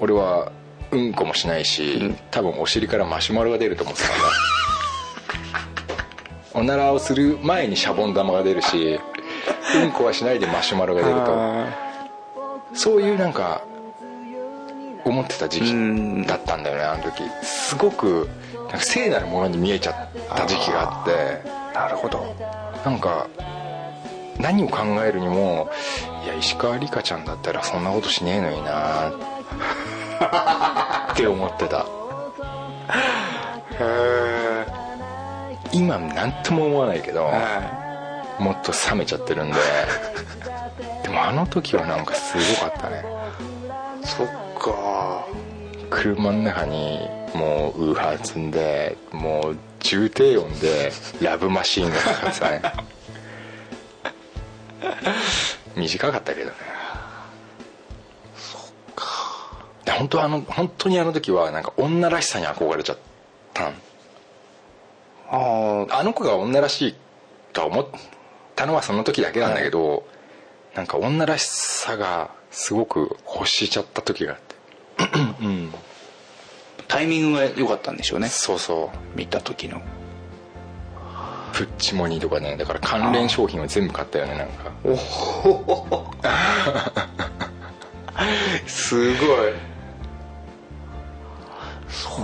S3: 俺はうんこもしないし、多分お尻からマシュマロが出ると思ってたから [laughs] おならをする前にシャボン玉が出るしうんこはしないでマシュマロが出るとそういうなんか思ってた時
S4: うん
S3: 期だったんだよねあの時すごくなんか聖なるものに見えちゃった時期があって
S4: なるほど
S3: なんか何を考えるにもいや石川梨花ちゃんだったらそんなことしねえのになって思ってた
S4: へ
S3: 今何とも思わないけど
S4: え
S3: もっと冷めちゃってるんででもあの時はなんかすごかったね
S4: そっか
S3: 車の中にもうウーハー積んでもう重低音でラブマシーンがかかってたね短かったけどねそっか本当あの本当にあの時はなんか女らしさに憧れちゃったん
S4: ああ
S3: あの子が女らしいとは思ったのはその時だけなんだけど、なんか女らしさがすごく欲しちゃった時があって
S4: タイミングが良かったんでしょうね
S3: そうそう
S4: 見た時の
S3: プッチモニーとかねだから関連商品を全部買ったよねなんか
S4: おおすごい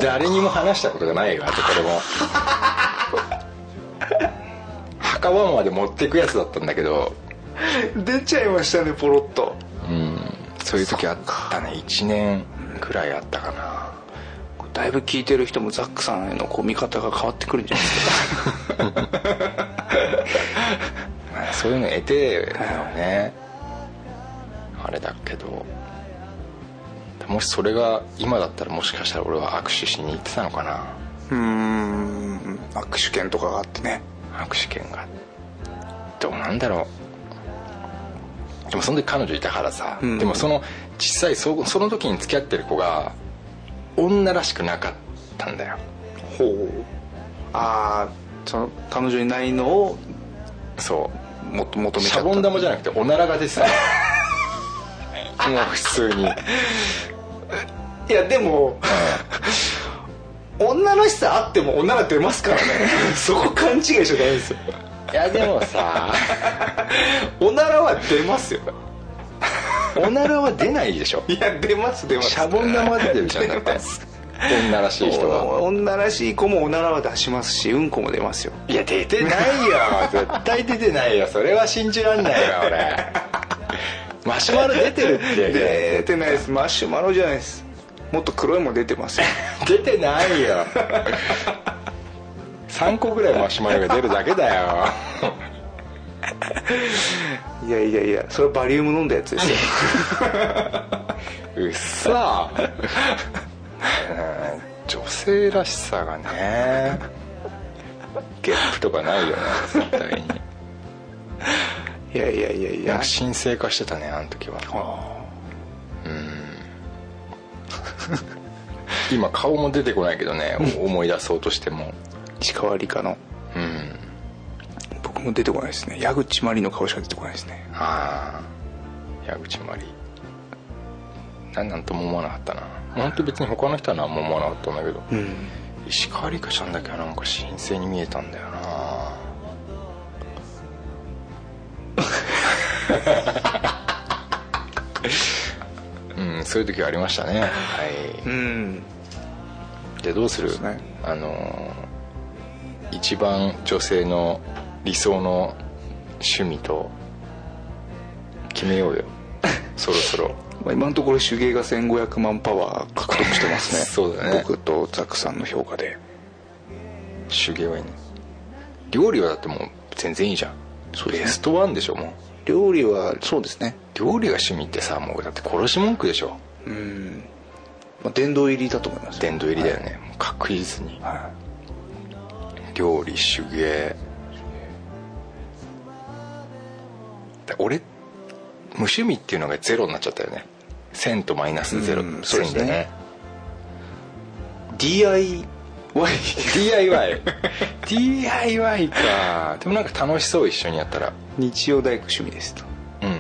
S3: 誰にも話したことがないわってこれも墓場まで持ってくやつだったんだけど
S4: 出ちゃいましたねポロッと
S3: うんそういう時あったね1年くらいあったかな
S4: だいぶ聞いてる人もザックさんへのこう見方が変わってくるんじゃないですか
S3: まあそういうの得てだよねあれだけどもしそれが今だったらもしかしたら俺は握手しに行ってたのかな
S4: うーん握手券とかがあってね
S3: 握手券がどうなんだろうでもその時彼女いたからさ、
S4: うん
S3: でもその実際そその時に付き合ってる子が女らしくなかったんだよ
S4: ほうああその彼女いないのを
S3: そう
S4: もっと求めちゃっ
S3: シ
S4: た
S3: ャボン玉じゃなくておならが出
S4: [laughs]
S3: てたのもう普通に
S4: いやでも、女らしさあっても女ら出ま
S3: [laughs]
S4: すからねそこ勘違いしちゃダメですよ
S3: いやでも
S4: [laughs]
S3: さ
S4: おならは出ますよ
S3: おならは出ないでしょ
S4: いや出ます出ます
S3: シャボン玉が出てるじゃんだって女らしい人が
S4: 女らしい子もおならは出しますしうんこも出ますよ
S3: いや出て [laughs] ないよ絶対出てないよそれは信じらんないわ俺 [laughs] マシュマロ出てるって
S4: 出てないですマシュマロじゃないですもっと黒いもん出てますよ
S3: 出てないよ3個ぐらいマシュマロが出るだけだよ
S4: いやいやいやそれバリウム飲んだやつですよ
S3: うっさうん女性らしさがねゲップとかないよね絶対に
S4: いやいやいやい
S3: なん
S4: や
S3: か神聖化してたねあの時は
S4: あ
S3: 今顔も出てこないけど [laughs] ね思い出そうとしても
S4: ー石川理科の
S3: うん
S4: 僕も出てこないですね矢口真理の顔しか出てこないですね
S3: ああ矢口真理なんなんとも思わなかったな本当別に他の人は何も思わなかったんだけど、
S4: うん
S3: 石川梨花ちゃんだけはなんか神聖に見えたんだ
S4: [laughs]
S3: よなうんそういう時はありましたねは
S4: う
S3: い
S4: ん
S3: でどうする
S4: そうですね
S3: あのー一番女性の理想の趣味と決めよ
S4: [laughs]
S3: うよそろそろ
S4: まあ今のところ手芸が1500万パワー獲得してますね [laughs]
S3: そうだね
S4: 僕とザクさんの評価で
S3: 手芸はいいね料理はだってもう全然いいじゃん
S4: そうですね
S3: ベストワンでしょもう
S4: 料理はそうですね
S3: 料理が趣味ってさもうだって殺し文句でしょ
S4: うん、まあ、殿堂入りだと思います
S3: 殿堂入りだよね、もう確実に
S4: はい、は
S3: 料理手芸だ俺無趣味っていうのがゼロになっちゃったよね1000とマイナスゼロ
S4: うんそうで
S3: 1000
S4: す
S3: で
S4: ね
S3: ね
S4: い DIY
S3: [laughs] DIY DIY かでもなんか楽しそう一緒にやったら
S4: [laughs] 日曜大工趣味ですと
S3: うん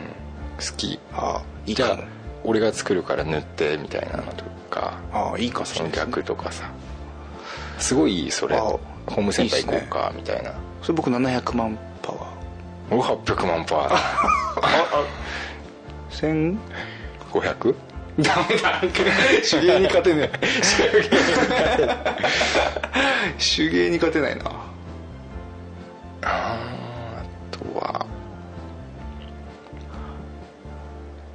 S3: 好き
S4: ああいい
S3: じゃ
S4: か
S3: あ俺が作るから塗ってみたいなのとか
S4: ああいいかもし
S3: そ
S4: れ
S3: の
S4: ないですね
S3: 逆とかさすごいいいそれ
S4: あ
S3: ホームセンター行こうかみたいな
S4: それ僕700万パワ
S3: お800万パ
S4: [laughs]
S3: ー
S4: ー
S3: 500?
S4: 1000手芸に勝てない手芸に勝てないな
S3: あとは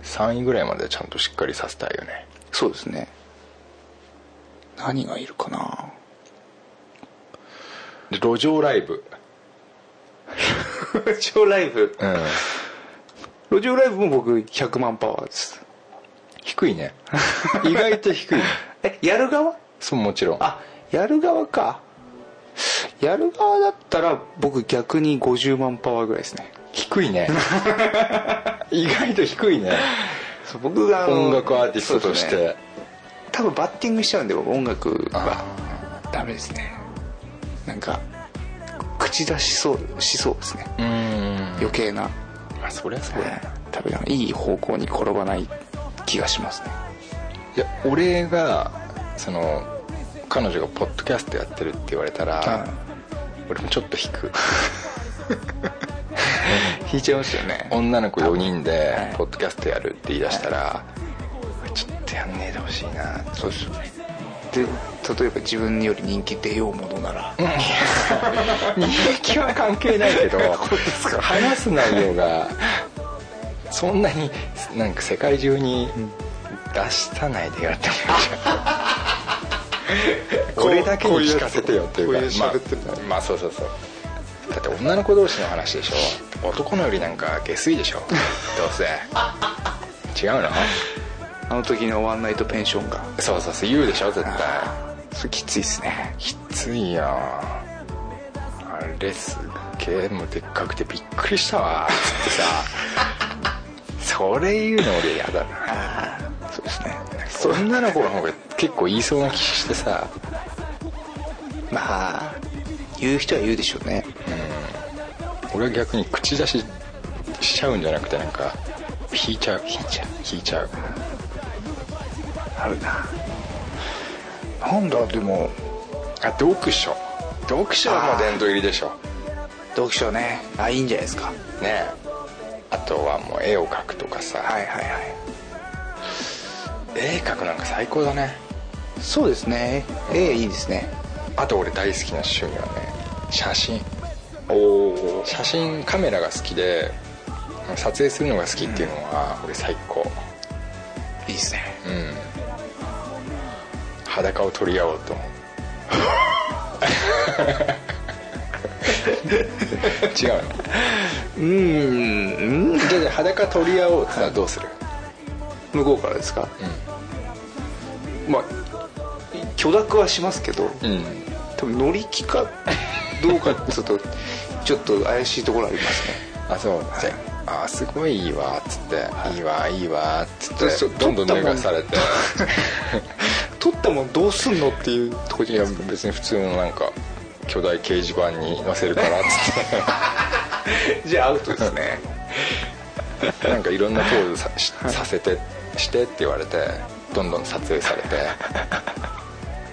S3: 3位ぐらいまでちゃんとしっかりさせたいよね
S4: そうですね何がいるかな
S3: で路上ライブ
S4: [laughs] 路上ライブ
S3: うん
S4: 路上ライブも僕100万パワーです
S3: 低い
S4: [laughs]
S3: ね意外と低いね
S4: えやる側
S3: そうもちろん
S4: あやる側かやる側だったら僕逆に50万パワーぐらいですね
S3: 低いね
S4: [laughs]
S3: 意外と低いね
S4: そう僕があの
S3: 音楽アーティストとし
S4: そうで
S3: て
S4: すね多分バッティングしちゃうんで僕音楽はダメですねなんか口出しそうしそうですね
S3: う,、ん
S4: 余計な
S3: まあそりゃそうだよ
S4: 多分いい方向に転ばない気がしますね
S3: いや俺がその彼女がポッドキャストやってるって言われたら、俺もちょっと引く
S4: 引いちゃいますよね
S3: 女の子4人で
S4: はい
S3: ポッドキャストやるって言い出したら、ちょっとやんねえでほしいな
S4: そ
S3: [laughs]
S4: うですよねで例えば自分より人気出ようものなら
S3: 人気は関係ないけ
S4: [laughs]
S3: ど話す内容がそんなになんか世界中に出したないでよって思っ
S4: [laughs]
S3: ちゃう俺だけに聞かせてよっていうか
S4: こういう喋ってる
S3: まあ、まあそうそうそうだって女の子同士の話でしょ男のよりなんか下水で
S4: [laughs]
S3: しょどうせ違うの
S4: あの時のワンナイトペンションが
S3: そうそうそう言うでしょ絶対
S4: それきついっすね
S3: きついよあれすっげえもうでっかくてびっくりしたわつってさそれ言うの俺嫌だな
S4: そうですね
S3: 女の子の方が結構言いそうな気してさ
S4: まあ言う人は言うでしょうね
S3: 俺は逆に口出ししちゃうんじゃなくてなんか引いちゃう引いちゃう引いちゃう
S4: あるななんだでも
S3: あ読書読書はもう殿堂入りでしょ
S4: 読書ねあいいんじゃないですか
S3: ねえあとはもう絵を描くとかさ、
S4: はいはいはい
S3: 絵描くなんか最高だね
S4: そうですねええいいですね
S3: あと俺大好きな趣味はね写真
S4: おお
S3: 写真カメラが好きで撮影するのが好きっていうのは俺最高
S4: いいですね
S3: うん裸を取り合おう
S4: [laughs]
S3: と思う違うの
S4: うん
S3: じゃあじゃあ裸取り合おうってさどうする
S4: 向こうからですかまあ許諾はしますけど
S3: うん
S4: 多分乗り気かどうかってちょっと [laughs] ちょっと怪しいところありますね
S3: あそうじゃああすごいいいわっつって、い、いわいいわっつって
S4: そう
S3: どんどん
S4: 取
S3: 脱
S4: ったもん
S3: がされて
S4: 取ったもんどうすんのっていうとこ
S3: い
S4: じ
S3: や
S4: ゃないですか
S3: 別に普通のなんか巨大掲示板に載せるからっつっ
S4: [laughs] じゃあアウトですね [laughs]
S3: てなんかいろんなポーズさしさせてしてって言われてどんどん撮影されて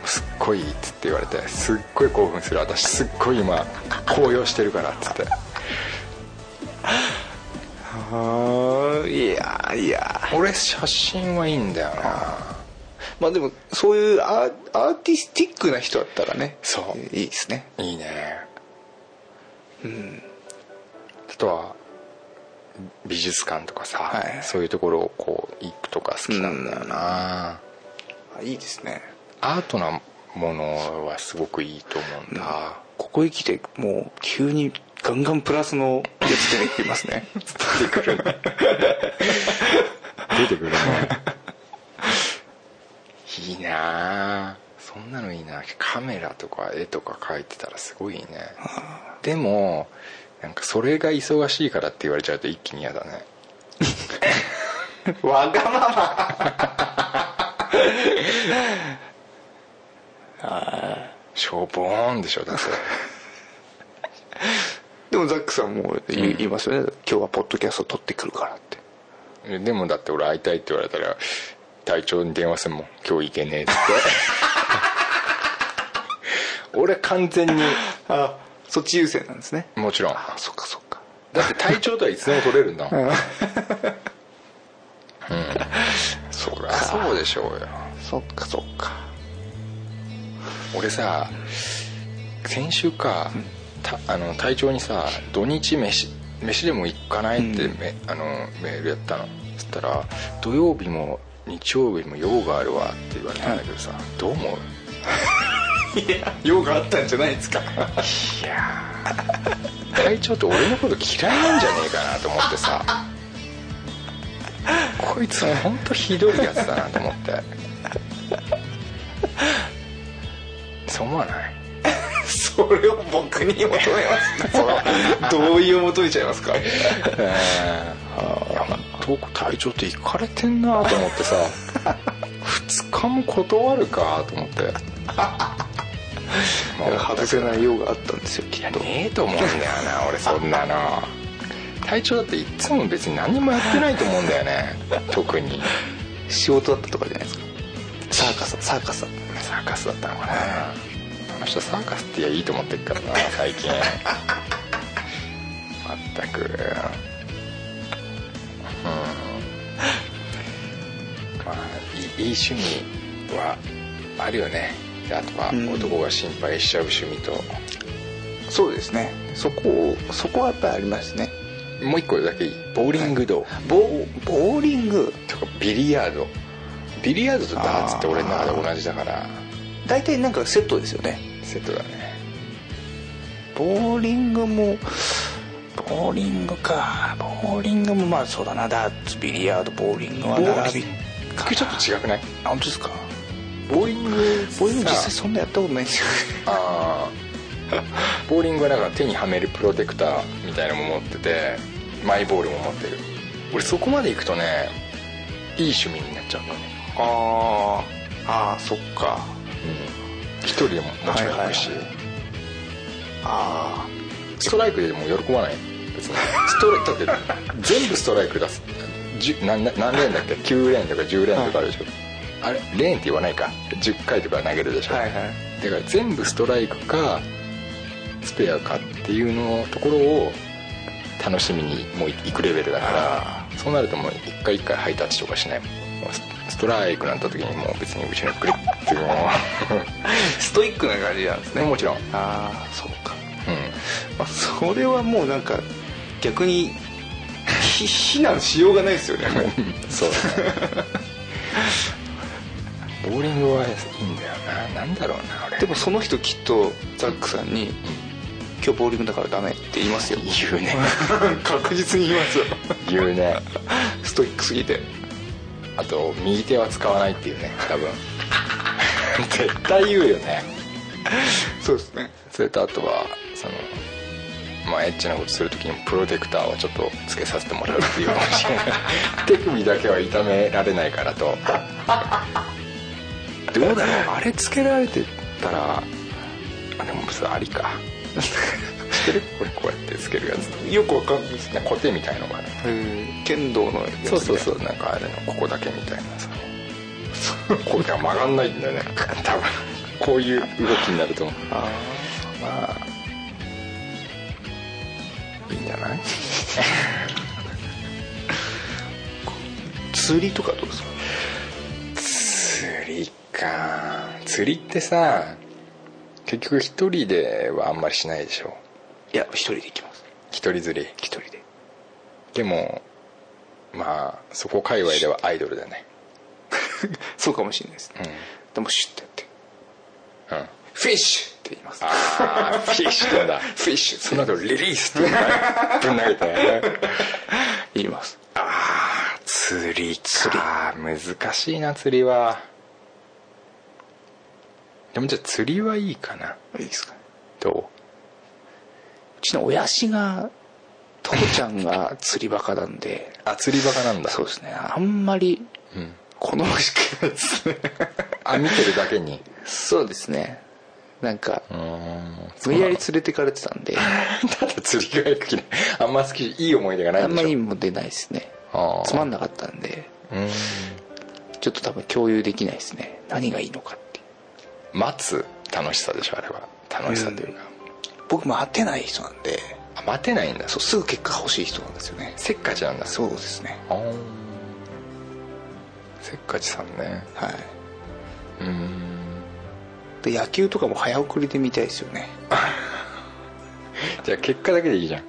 S3: すっごいいいっつって言われてすっごい興奮する私すっごい今高揚してるからっつって
S4: はあいやいや
S3: 俺写真はいいんだよな
S4: まあでもそういうアーアーティスティックな人だったらね
S3: そう
S4: いいですね
S3: いいねうんあとは美術館とかさ、
S4: はい
S3: そういうところをこう行くとか好きなんだよな、
S4: あいいですね
S3: アートなものはすごくいいと思うんだ、
S4: あここへ来てもう急にガンガンプラスのやつ出てきます [laughs] ね
S3: 出てくるね出てくるねいいなあそんなのいいなカメラとか絵とか描いてたらすごいねでもなんかそれが忙しいからって言われちゃうと一気に嫌だ [laughs] ね
S4: わ
S3: [laughs]
S4: がまま
S3: しょぼーんでしょだって
S4: でもザックさんも言い言いますよね、今日はポッドキャスト撮ってくるからって
S3: えでもだって俺会いたいって言われたら隊長に電話するもん今日行けねえ [laughs] って俺完全に
S4: あそっち優先なんですね
S3: もちろん
S4: あそっかそっか
S3: だって隊長とはいつでも取れるんだもん、うん、そりゃそうでしょうよ
S4: そっかそっか
S3: 俺さ先週か、たあの隊長にさ「土日飯飯でも行かない?」ってめ、あのメールやったのそしたら「土曜日も日曜日も用があるわ」って言われたんだけどさ、どう思う
S4: いや用があったんじゃないですか
S3: いやー隊長って俺のこと嫌いなんじゃねえかなと思ってさこいつホントひどいやつだなと思ってそう思わない
S4: それを僕に求めますその同意を求めちゃいますか
S3: いや本当隊長ってイかれてんなと思ってさ2日も断るかと思ってまあ
S4: 外せない用があったんですよきっと
S3: ねえと思うんだよな俺そんなの隊長だっていっつも別に何もやってないと思うんだよね特に
S4: 仕事だったとかじゃないですかサーカスサーカスだった
S3: サーカスだったのかなあの人サーカスって言えばいいと思ってるからな最近まったくうんまあいいいい趣味はあるよねであとは
S4: うん
S3: 男が心配しちゃう趣味と、
S4: そうですねそこをそこはやっぱりありますね
S3: もう一個だけいいボーリング道、
S4: ボーボーリング
S3: とかビリヤードビリヤードとダーツって俺の中で同じだから
S4: 大体なんかセットですよね
S3: セットだね
S4: ボーリングもボーリングかボーリングもまあそうだなダーツビリヤードボーリングは並び
S3: これちょっと違くない
S4: あ本当ですか
S3: ボーリング
S4: ボーリング実際
S3: さ
S4: そんなやったことないんですよ
S3: あー [laughs] ボーリングはだから手にはめるプロテクターみたいなのも持っててマイボールも持ってる俺そこまで行くとねいい趣味になっちゃうんだよね
S4: [laughs] あーあーそっか
S3: 一人でももちろん行くし、
S4: はいはいあ
S3: ストライクでも喜ばない別にストレートって全部ストライク出すじゅ何何レーンだっけ9レーンとか10レーンとかあるでしょ、あれレーンって言わないか10回とか投げるでし
S4: あ
S3: ょ、
S4: はいはい
S3: だから全部ストライクかスペアかっていうのところを楽しみにもう行くレベルだからそうなるともう一回一回ハイタッチとかしないもうスストライクになった時にもう別に後ろにクリッっても
S4: ストイックな感じなんです
S3: う
S4: ね
S3: もちろん、うん、
S4: ああそうか、まあ、それはもうなんか逆にひ非難しようがない [laughs] ですよねもう
S3: そうだねボーリングはいいんだよななんだろうな俺
S4: でもその人きっとザックさんに「今日ボーリングだからダメ」って言いますよ
S3: 言うね
S4: [laughs] 確実に言いますよ
S3: 言うね
S4: ストイックすぎて
S3: あと右手は使わない
S4: [laughs]
S3: っていうね多分絶対言うよね
S4: そうですね
S3: それとあとはそのまあエッチなことするときにプロテクターをちょっとつけさせてもらうっていうかもしれない手首だけは痛められないからとどうだろうあれつけられてたらあでもそれありか知ってるこれこうやってつけるやつ
S4: よくわかんないです
S3: なんかコテみたいのがある
S4: 剣道のやつ、ね、
S3: そうそうそうなんかあれのここだけみたいなさこうだから曲がんないんだよね [laughs] 多分こういう動きになると思う
S4: あ
S3: まあいいんじゃない
S4: ー釣りとかどうですか
S3: 釣りか釣りってさ結局一人ではあんまりしないでしょ
S4: いや一人で行きます
S3: 一人釣り
S4: 一人で
S3: でもまあそこ界隈ではアイドルだね
S4: そうかもしれないですね、でもシュッてやって
S3: うんあ
S4: 「フィッシュ!」って言います
S3: あフィッシュなんだ
S4: フィッシュ
S3: その後リリースってぶん投げた [laughs] よね
S4: 言います
S3: 釣りか難しいな釣りはでもじゃあ釣りはいいかない
S4: いですかね
S3: ど
S4: うちの親父が父ちゃんが釣りバカなんで
S3: うあ釣りバカなんだ
S4: そうですねあんまり
S3: うん
S4: 好ましくないですね
S3: あ見てるだけ
S4: [laughs]
S3: に
S4: そうですねなんか
S3: うーん
S4: 無理やり連れてかれてたん [laughs] で
S3: ただ釣りが行く気ないあんま好きいい思い出がない
S4: あ
S3: んで
S4: んま
S3: しょ
S4: りも出ないですね
S3: あー
S4: つまんなかったんで
S3: うん
S4: ちょっと多分共有できないですね何がいいのかって
S3: 待つ楽しさでしょあれは楽しさというか、
S4: 僕待てない人なんで
S3: あ待てないんだ
S4: そうすぐ結果欲しい人なんですよね
S3: せっかちなんだ
S4: そうですね
S3: あーせっかちさんね
S4: はい
S3: うん
S4: で野球とかも早送りで見たいですよね
S3: じゃあ結果だけでいいじゃん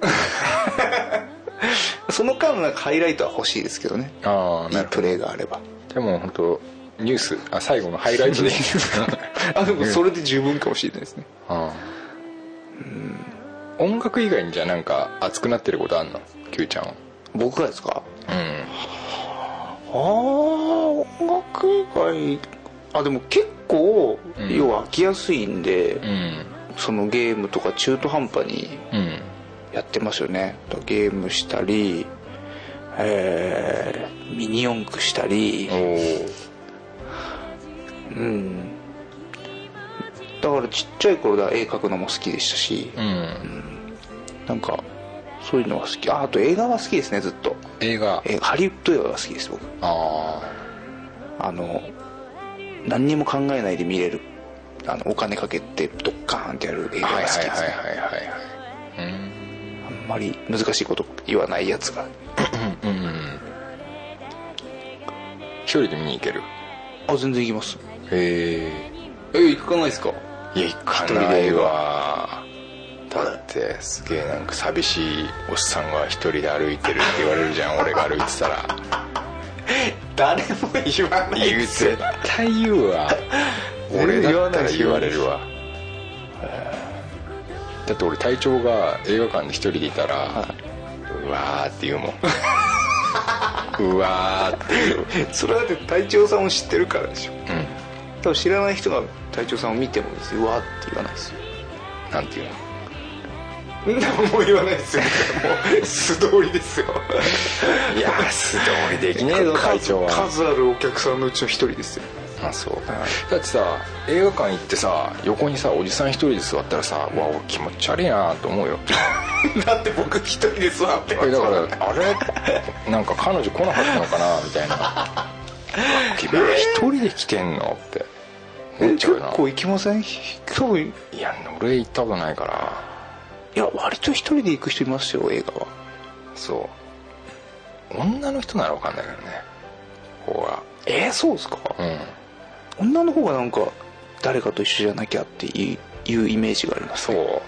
S4: その間なんかハイライトは欲しいですけどね
S3: ああ
S4: いいプレーがあれば
S3: でも本当ニュースあ最後のハイライトでいいです [laughs] か
S4: あでもそれで十分かもしれないですね
S3: あー音楽以外にじゃあなんか熱くなってることあんの Q ちゃんは
S4: 僕がですか
S3: うん
S4: ああ音楽以外あでも結構、
S3: うん
S4: 要は飽きやすいんで、
S3: うん
S4: そのゲームとか中途半端に
S3: うん
S4: やってますよねだからゲームしたりえーミニ四駆したり
S3: おー
S4: うんだからちっちゃい頃だ絵描くのも好きでしたし、
S3: うん
S4: なんかそういうのは好きああと映画は好きですねずっと
S3: 映画
S4: えハリウッド映画が好きです僕
S3: あ
S4: あの何にも考えないで見れるあのお金かけてドッカーンってやる映
S3: あ
S4: 画が
S3: は
S4: 好
S3: い
S4: きです
S3: はい
S4: ね、
S3: はいはいはいはいうん
S4: あんまり難しいこと言わないやつが
S3: うんうんうん一人で見に行ける
S4: あ全然行きます
S3: へ
S4: え行かないですか
S3: えいや行かないわだってすげえなんか寂しいおっさんが一人で歩いてるって言われるじゃん俺が歩いてたら
S4: 誰も言わない
S3: 言う絶対言うわ [laughs] 俺だったら言われるわだって俺隊長が映画館で一人でいたら、うわーって言うも [laughs] んうわーって言う
S4: それはだって隊長さんを知ってるからでしょ
S3: う
S4: 多分知らない人が隊長さんを見てもですようわーって言わないですよ
S3: んなんていうの
S4: 何も言わないですよもう素通りですよ
S3: いやー素通りできねえぞ隊長は
S4: 数あるお客さんのうちの一人ですよ
S3: あそうだってさ映画館行ってさ横にさおじさん一人で座ったらさわ俺気持ち悪いなと思うよ
S4: だって僕一人ですわって
S3: えだ [laughs] からあれなんか彼女来なかったのかなみた [laughs] いな君は一人で来てんのって思っちゃう
S4: 結
S3: な
S4: 構行きません多分い
S3: いや俺行ったことないから
S4: や割と一人で行く人いますよ映画は
S3: そう女の人なら分かんないけどねここは
S4: えー、そうですか
S3: うん
S4: 女の方がなんか誰かと一緒じゃなきゃっていういうイメージがあります
S3: そう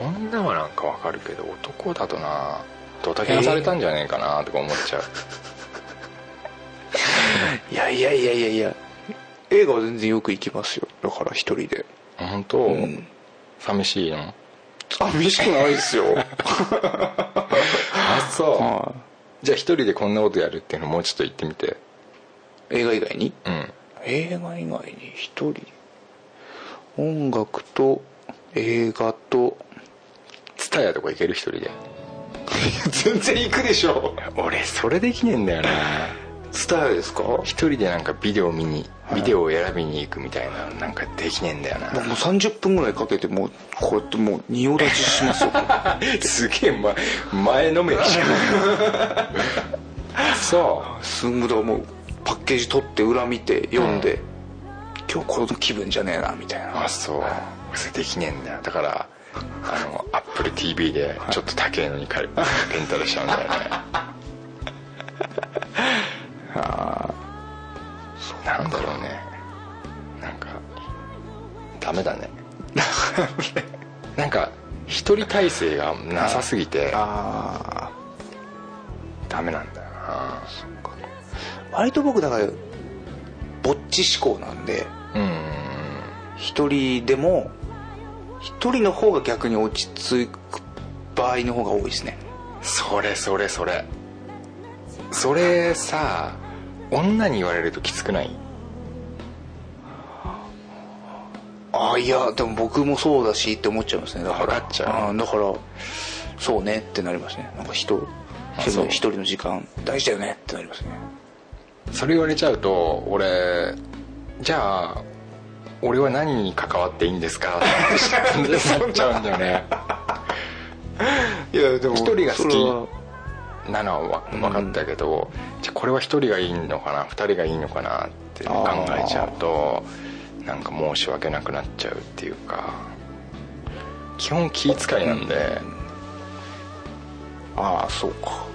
S3: 女はなんかわかるけど男だとなドタキャンされたんじゃねえかなとか思っちゃう、
S4: いやいやいやいやいや映画は全然よく行きますよだから一人で
S3: 本当、
S4: ん
S3: 寂しいの
S4: あ寂しくないですよ
S3: あそう
S4: [laughs] は
S3: じゃあ一人でこんなことやるっていうのもうちょっと言ってみて
S4: い映画以外に
S3: うん
S4: 映画以外に一人音楽と映画と
S3: 蔦屋とか行ける一人で
S4: [laughs] 全然行くでしょ
S3: 俺それできねえんだよな
S4: スターですかもう
S3: 一人でなんかビデオ見にビデオを選びに行くみたいななんかできねえんだよな
S4: 30分ぐらいかけてもうこうやってもう仁王立ちし [laughs] [laughs] ますよ
S3: すげえ、ま、前のめりじゃん [laughs] そう
S4: すんごいだからもうパッケージ取って裏見て読んで、今日この気分じゃねえなみたいな
S3: あそうそれできねえんだよだからあのアップル TV でちょっと高いのに借りレンタルしちゃうんだよねなんだろうねなんかダメだねなんか一人体制がなさすぎて
S4: あ
S3: ダメなんだよな
S4: ー割と僕だからぼっち志向なんで
S3: うん
S4: 一人でも一人の方が逆に落ち着く場合の方が多いですね
S3: それそれそれそれさ女に言われるときつくない
S4: ああいやでも僕もそうだしって思っちゃいますねだから
S3: わかっちゃう
S4: あーだからそうねってなりますねなんか人一人
S3: そう
S4: の一人の時間大事だよねってなりますね
S3: それ言われちゃうと俺じゃあ俺は何に関わっていいんですかって思っちゃうんだよね
S4: いやでも
S3: 一人が好きなのは分かったけど、じゃあこれは一人がいいのかな二人がいいのかなって考えちゃうとなんか申し訳なくなっちゃうっていうか基本気遣いなんで、
S4: ああそうか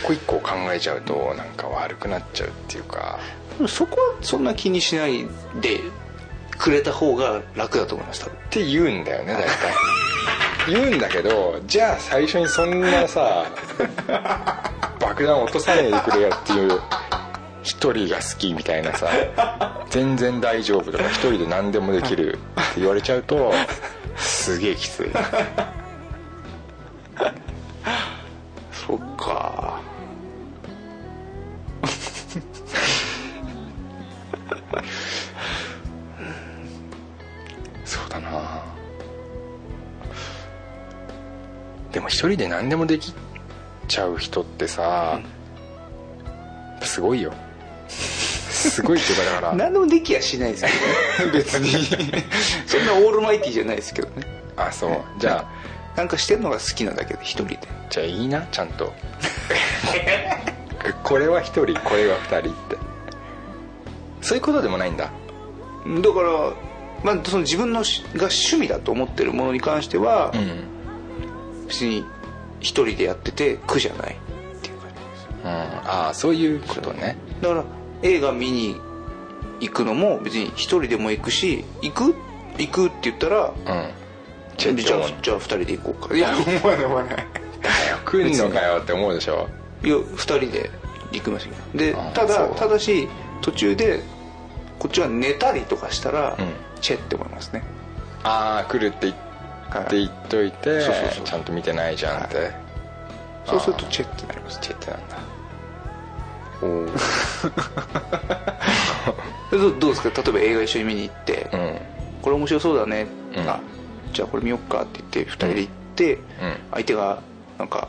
S3: 一個一個考えちゃうとなんか悪くなっちゃうっていうか
S4: でもそこはそんな気にしないでくれた方が楽だと思います多分
S3: って言うんだよね大体言うんだけどじゃあ最初にそんなさ爆弾落とさないでくれやっていう一人が好きみたいなさ全然大丈夫とか一人で何でもできるって言われちゃうとすげえきつい
S4: そっか
S3: そうだなでも一人で何でもできちゃう人ってさ、すごいよすごいっていうかだから
S4: 何でもできやしないですけ [laughs] ど、ね、別にそんなオールマイティじゃないですけどね
S3: あそうじゃあ
S4: なんかしてんのが好きなだけで一人で
S3: じゃあいいなちゃん [laughs] とこれは一人これは二人ってそういうことでもないんだ
S4: だから、まあ、その自分のしが趣味だと思ってるものに関しては、
S3: うん
S4: 別に一人でやってて苦じゃないっていう感じです
S3: ああそういうことね
S4: だから映画見に行くのも別に一人でも行くし行く行くって言った
S3: う
S4: ら
S3: ん
S4: じゃあじ
S3: ち
S4: ゃ
S3: ょ
S4: あじゃあ二人で行こうかいや思わない思わない
S3: 来んのかよって思うでしょ
S4: いや2人で行きましたけどで
S3: あー
S4: ただ
S3: そう
S4: ただし途中でこっちは寝たりとかしたら、
S3: うん
S4: チェって思いますね
S3: ああ来るって言って言っといて、
S4: そうそうそう
S3: ちゃんと見てないじゃんって、
S4: そうするとチェってなります
S3: チェってなんだ
S4: おおどどうですか例えば映画一緒に見に行って、
S3: うん
S4: これ面白そうだね、
S3: うん
S4: あじゃあこれ見よっかって言って2人で行って、相手がなんか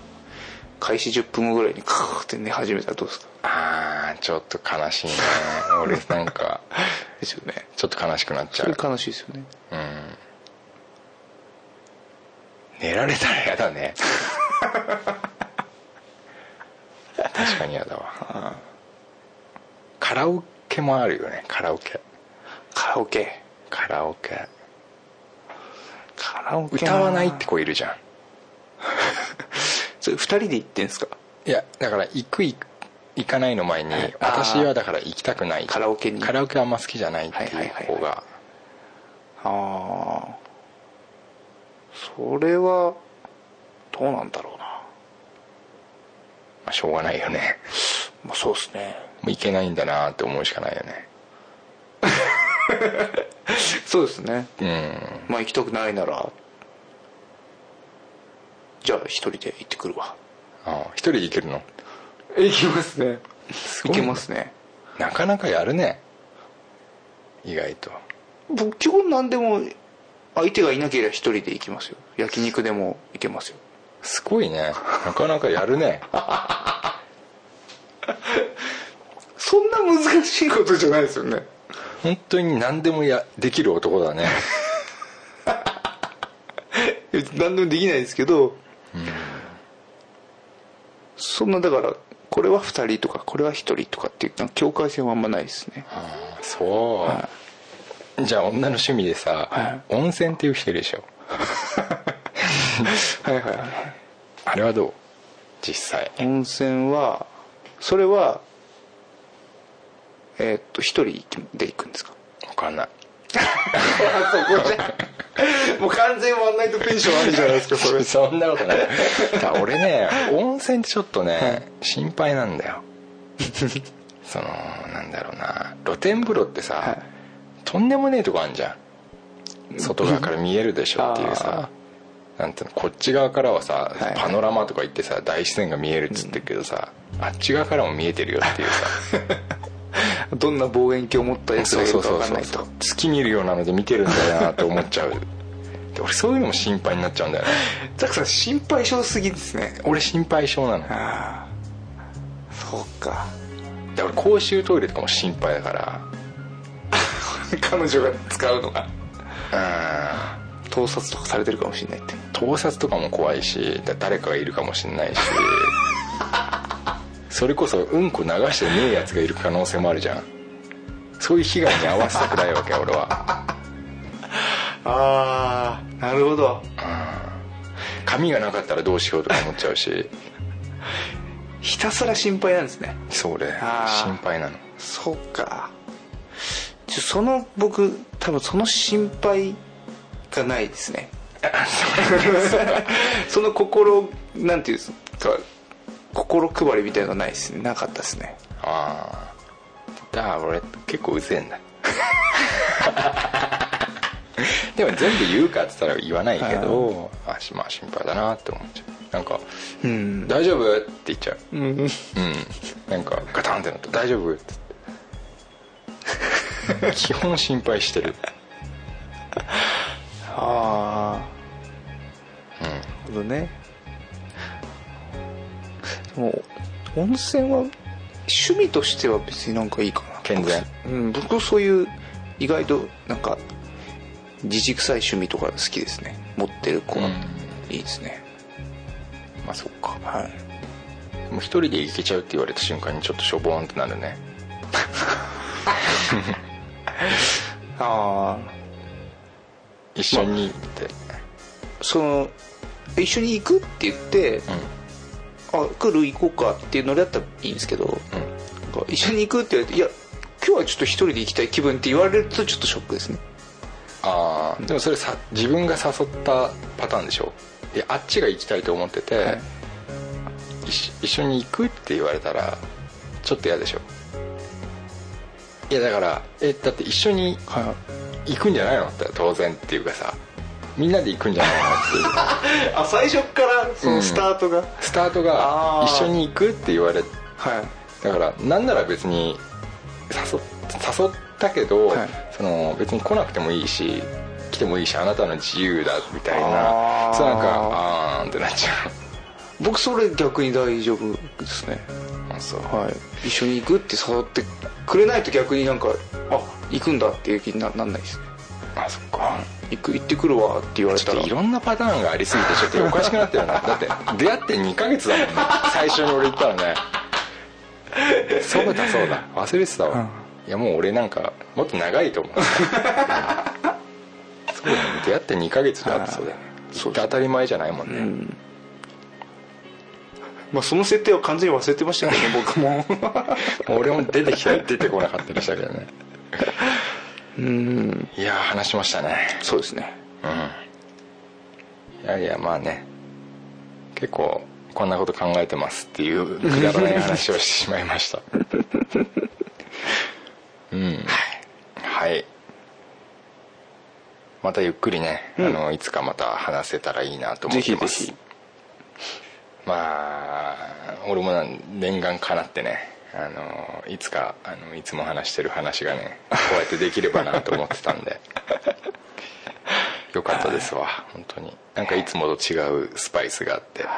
S4: 開始10分後ぐらいにカーって寝始めたらどうですか
S3: ああちょっと悲しいね俺なんか
S4: ですよね
S3: ちょっと悲しくなっちゃ
S4: それ
S3: う
S4: 悲しいですよね
S3: 寝られたら嫌だ [laughs] ね確かに嫌だわカラオケもあるよねカラオケ
S4: カラオケ
S3: カラオケ
S4: カラオケ
S3: 歌わないって子いるじゃん
S4: それ2人で行ってんすか
S3: いやだから行く行く行かないの前に
S4: い
S3: 私はだから行きたくない
S4: カラオケに
S3: カラオケあんま好きじゃないっていう
S4: はいはい
S3: 子
S4: はい
S3: が
S4: ああそれはどうなんだろうな
S3: まあしょうがないよね
S4: まあそうですね
S3: もう行けないんだなって思うしかないよね
S4: そうですね
S3: うん
S4: まあ行きたくないならじゃあ一人で行ってくるわ
S3: あ一人で行けるの
S4: 行きますね
S3: ご
S4: 行
S3: い
S4: け
S3: ね
S4: ますね
S3: なかなかやるね意外と
S4: 僕基本何でも相手がいなければ一人で行きますよ焼肉でも行けますよ
S3: すごいねなかなかやるね
S4: そんな難しいことじゃないですよね
S3: 本当に何でもやできる男だね
S4: いや何でもできないですけど、そんなだからこれは2人とかこれは1人とかっていうなんか境界線はあんまないですね
S3: そう、
S4: は
S3: じゃあ女の趣味でさ、
S4: は
S3: 温泉っていう人いるでしょ
S4: はいはいは
S3: あれはどう実際
S4: い温泉はそれはえーっと1人で行くんですか
S3: 分かんない
S4: [laughs] そこじゃもう完全ワンナイトペンションあるじゃないですかそれ
S3: そんなことないだから俺ね温泉ってちょっとね、心配なんだ
S4: [laughs]
S3: よそのなんだろうな露天風呂ってさ、
S4: はい
S3: とんでもねえとこあんじゃん外側から見えるでしょっていうさなんていうのこっち側からはさ、
S4: はい
S3: パノラマとか言ってさ大自然が見えるっつってるけどさ、あっち側からも見えてるよっていうさ
S4: [laughs] どんな望遠鏡を持ったやつ
S3: そ
S4: が
S3: う
S4: い
S3: そ
S4: る
S3: う
S4: か
S3: そ
S4: 分
S3: う
S4: かん
S3: そ
S4: な
S3: う
S4: いと
S3: 月見るようなので見てるんだなと思っちゃうで俺そういうのも心配になっちゃうんだよ
S4: [laughs]
S3: ね
S4: ザクさん心配性すぎですね
S3: 俺心配性なのだか
S4: ああそうから
S3: 公衆トイレとかも心配だから
S4: 彼女が使うのが
S3: うん
S4: 盗撮とかされてるかもしれないって
S3: 盗撮とかも怖いしだ誰かがいるかもしれないし [laughs] それこそうんこ流してねえやつがいる可能性もあるじゃんそういう被害に遭わせたくないわけ俺は
S4: ああなるほど
S3: 髪がなかったらどうしようとか思っちゃうし
S4: ひたすら心配なんですね
S3: そう俺
S4: あー
S3: 心配なの
S4: そうかちょその僕多分その心配がないですね [laughs] その心なんていうんですか心配りみたいなのがないですねなかったですね
S3: ああだから俺結構うぜえ
S4: [laughs]
S3: んだでも全部言うかって言ったら言わないけどあしまあ心配だなって思っちゃうなんか「
S4: うん
S3: 大丈夫?」って言っちゃう
S4: うん
S3: うんなんかガタンってなった「大丈夫?」って
S4: [laughs]
S3: 言って基本心配してる
S4: ああなるほどねでも温泉は趣味としては別になんかいいかな
S3: 健全
S4: うん僕はそういう意外となんか自治臭い趣味とか好きですね持ってる子は、
S3: うん
S4: いいですね
S3: まあそっか
S4: はい
S3: もう一人で行けちゃうって言われた瞬間にちょっとしょぼーんってなるね
S4: ああ
S3: 一緒にって、
S4: その一緒に行くって言って、あ来る行こうかっていうのだったらいいんですけど、なんか一緒に行くって言われて「いや今日はちょっと一人で行きたい気分」って言われるとちょっとショックですね
S3: ああでもそれさ自分が誘ったパターンでしょであっちが行きたいと思ってて、
S4: はい
S3: 一緒一緒に行くって言われたらちょっと嫌でしょいやだからえだって一緒に
S4: は
S3: 行くんじゃないのって当然っていうかさみんなで行くんじゃないの
S4: [laughs]
S3: っていう
S4: いあ最初からそ
S3: うん
S4: のスタートが、
S3: スタート
S4: あ
S3: が
S4: ー
S3: 一緒に行くって言われ
S4: はい
S3: だからなんなら別に誘っ誘ったけど、
S4: はい
S3: その別に来なくてもいいし来てもいいしあなたの自由だみたい
S4: あ
S3: な
S4: ー
S3: そうなんかあーんってなっちゃう
S4: 僕それ逆に大丈夫ですね
S3: あそう
S4: はい一緒に行くって誘ってくれないと逆になんかあ行くんだっていう気にななんないですね
S3: あそっか
S4: 行く行ってくるわって言われ
S3: ち
S4: た
S3: ょっ
S4: ら
S3: といろんなパターンがありすぎてちょっとおかしくなって [laughs] るなだって出会って2ヶ月だもんね最初に俺行ったらねそうだそうだ忘れてたわ、いやもう俺なんかもっと長いと [laughs] 思うそうだね出会って2ヶ月だってそうだよねそう当たり前じゃないもんね、
S4: まあ、その設定は完全に忘れてましたけどね僕も
S3: 俺も出てきたり出てこなかったりしたけど [laughs] ね
S4: うん
S3: いやー話しましたね
S4: [laughs] そうですね
S3: いやいやまあね結構こんなこと考えてますって
S4: [laughs]
S3: いうくだらない話をしてしまいましたうんはいまたゆっくりね、あのいつかまた話せたらいいなと思ってます
S4: ぜひぜ
S3: まあ俺もなん念願かなってねあのいつかあのいつも話してる話がねこうやってできればなと思ってたんでよかったですわ本当になんかいつもと違うスパイスがあって、うん、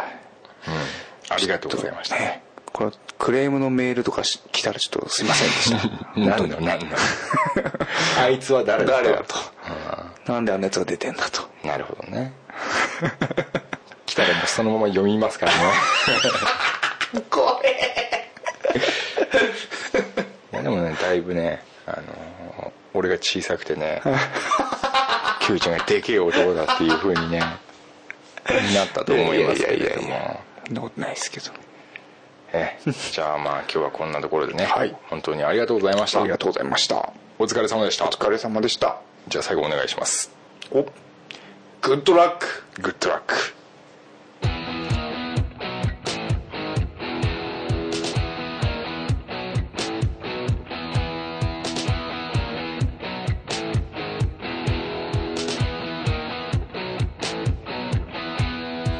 S3: ありがとうございましたね
S4: これクレームのメールとかし来たらちょっとすいませんでした
S3: なんだなんだ [laughs] あいつは誰だ
S4: 誰だと、 [laughs] なんであんなやつが出てんだと
S3: なるほどね来たらもうそのまま読みますからね [laughs] これいやでもねだいぶね、あのー俺が小さくて [laughs] ねキュウちゃんがでけえ男だっていうふうにねなったと思いますけれども
S4: そんなことないですけど
S3: ええじゃあまあ今日はこんなところでね、
S4: はい
S3: 本当にありがとうございました
S4: ありがとうございました
S3: お疲れ様でした
S4: お疲れ様でした
S3: じゃあ最後お願いします
S4: おグッドラック
S3: グッドラック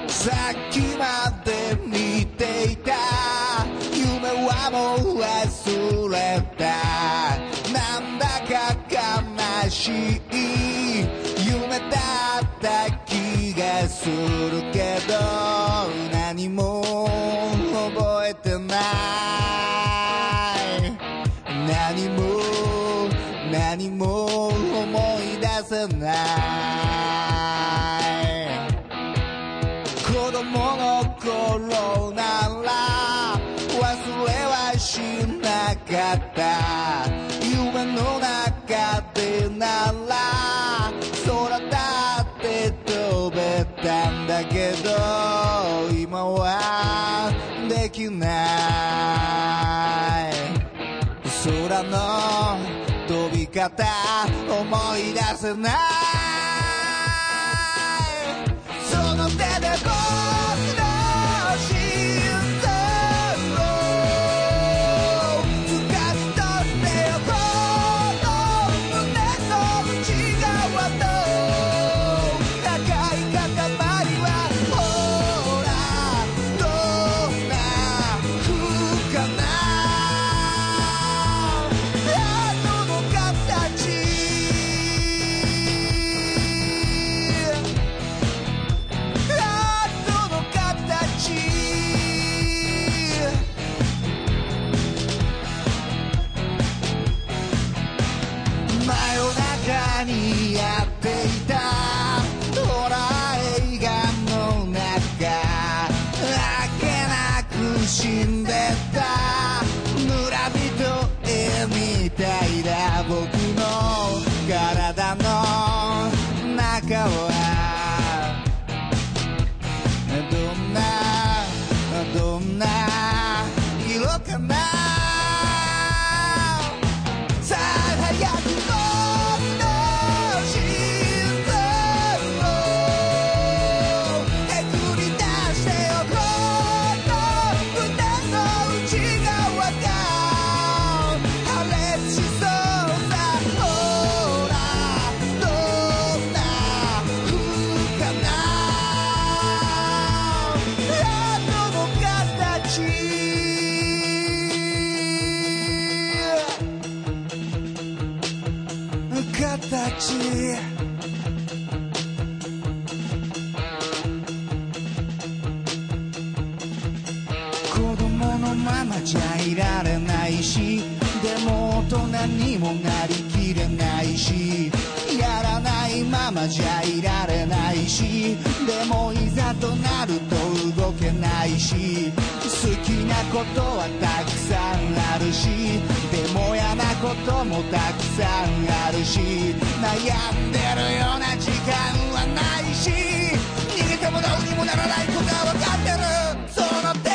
S5: さっきまで見ていた夢はもう忘れたなんだか悲しい夢だった気がするけど何も覚えてない何も何も思い出せない子供の頃なら忘れはしなかった夢の中でなら空だって飛べたんだけど今はできない空の飛び方思い出せないその手で僕の心臓を掴み取ってよこの胸の内側の高い塊はほらどんな風かなあの形あの形真夜中にやっていたホラー映画の中あっけなく死んでた村人絵みたいだ僕の体の中はどんなどんな色かなさあ早く僕の心臓をえぐり出してよこの胸の内側が破裂しそうだほらどんな風かなあの形形子供のままじゃいられないしでも大人にもなりきれないしやらないままじゃいられないしでもいざとなると動けないし好きなことはたくさんあるしでも嫌なこともたくさんあるし悩んでるような時間はないし逃げてもどうにもならないことは分かってるその手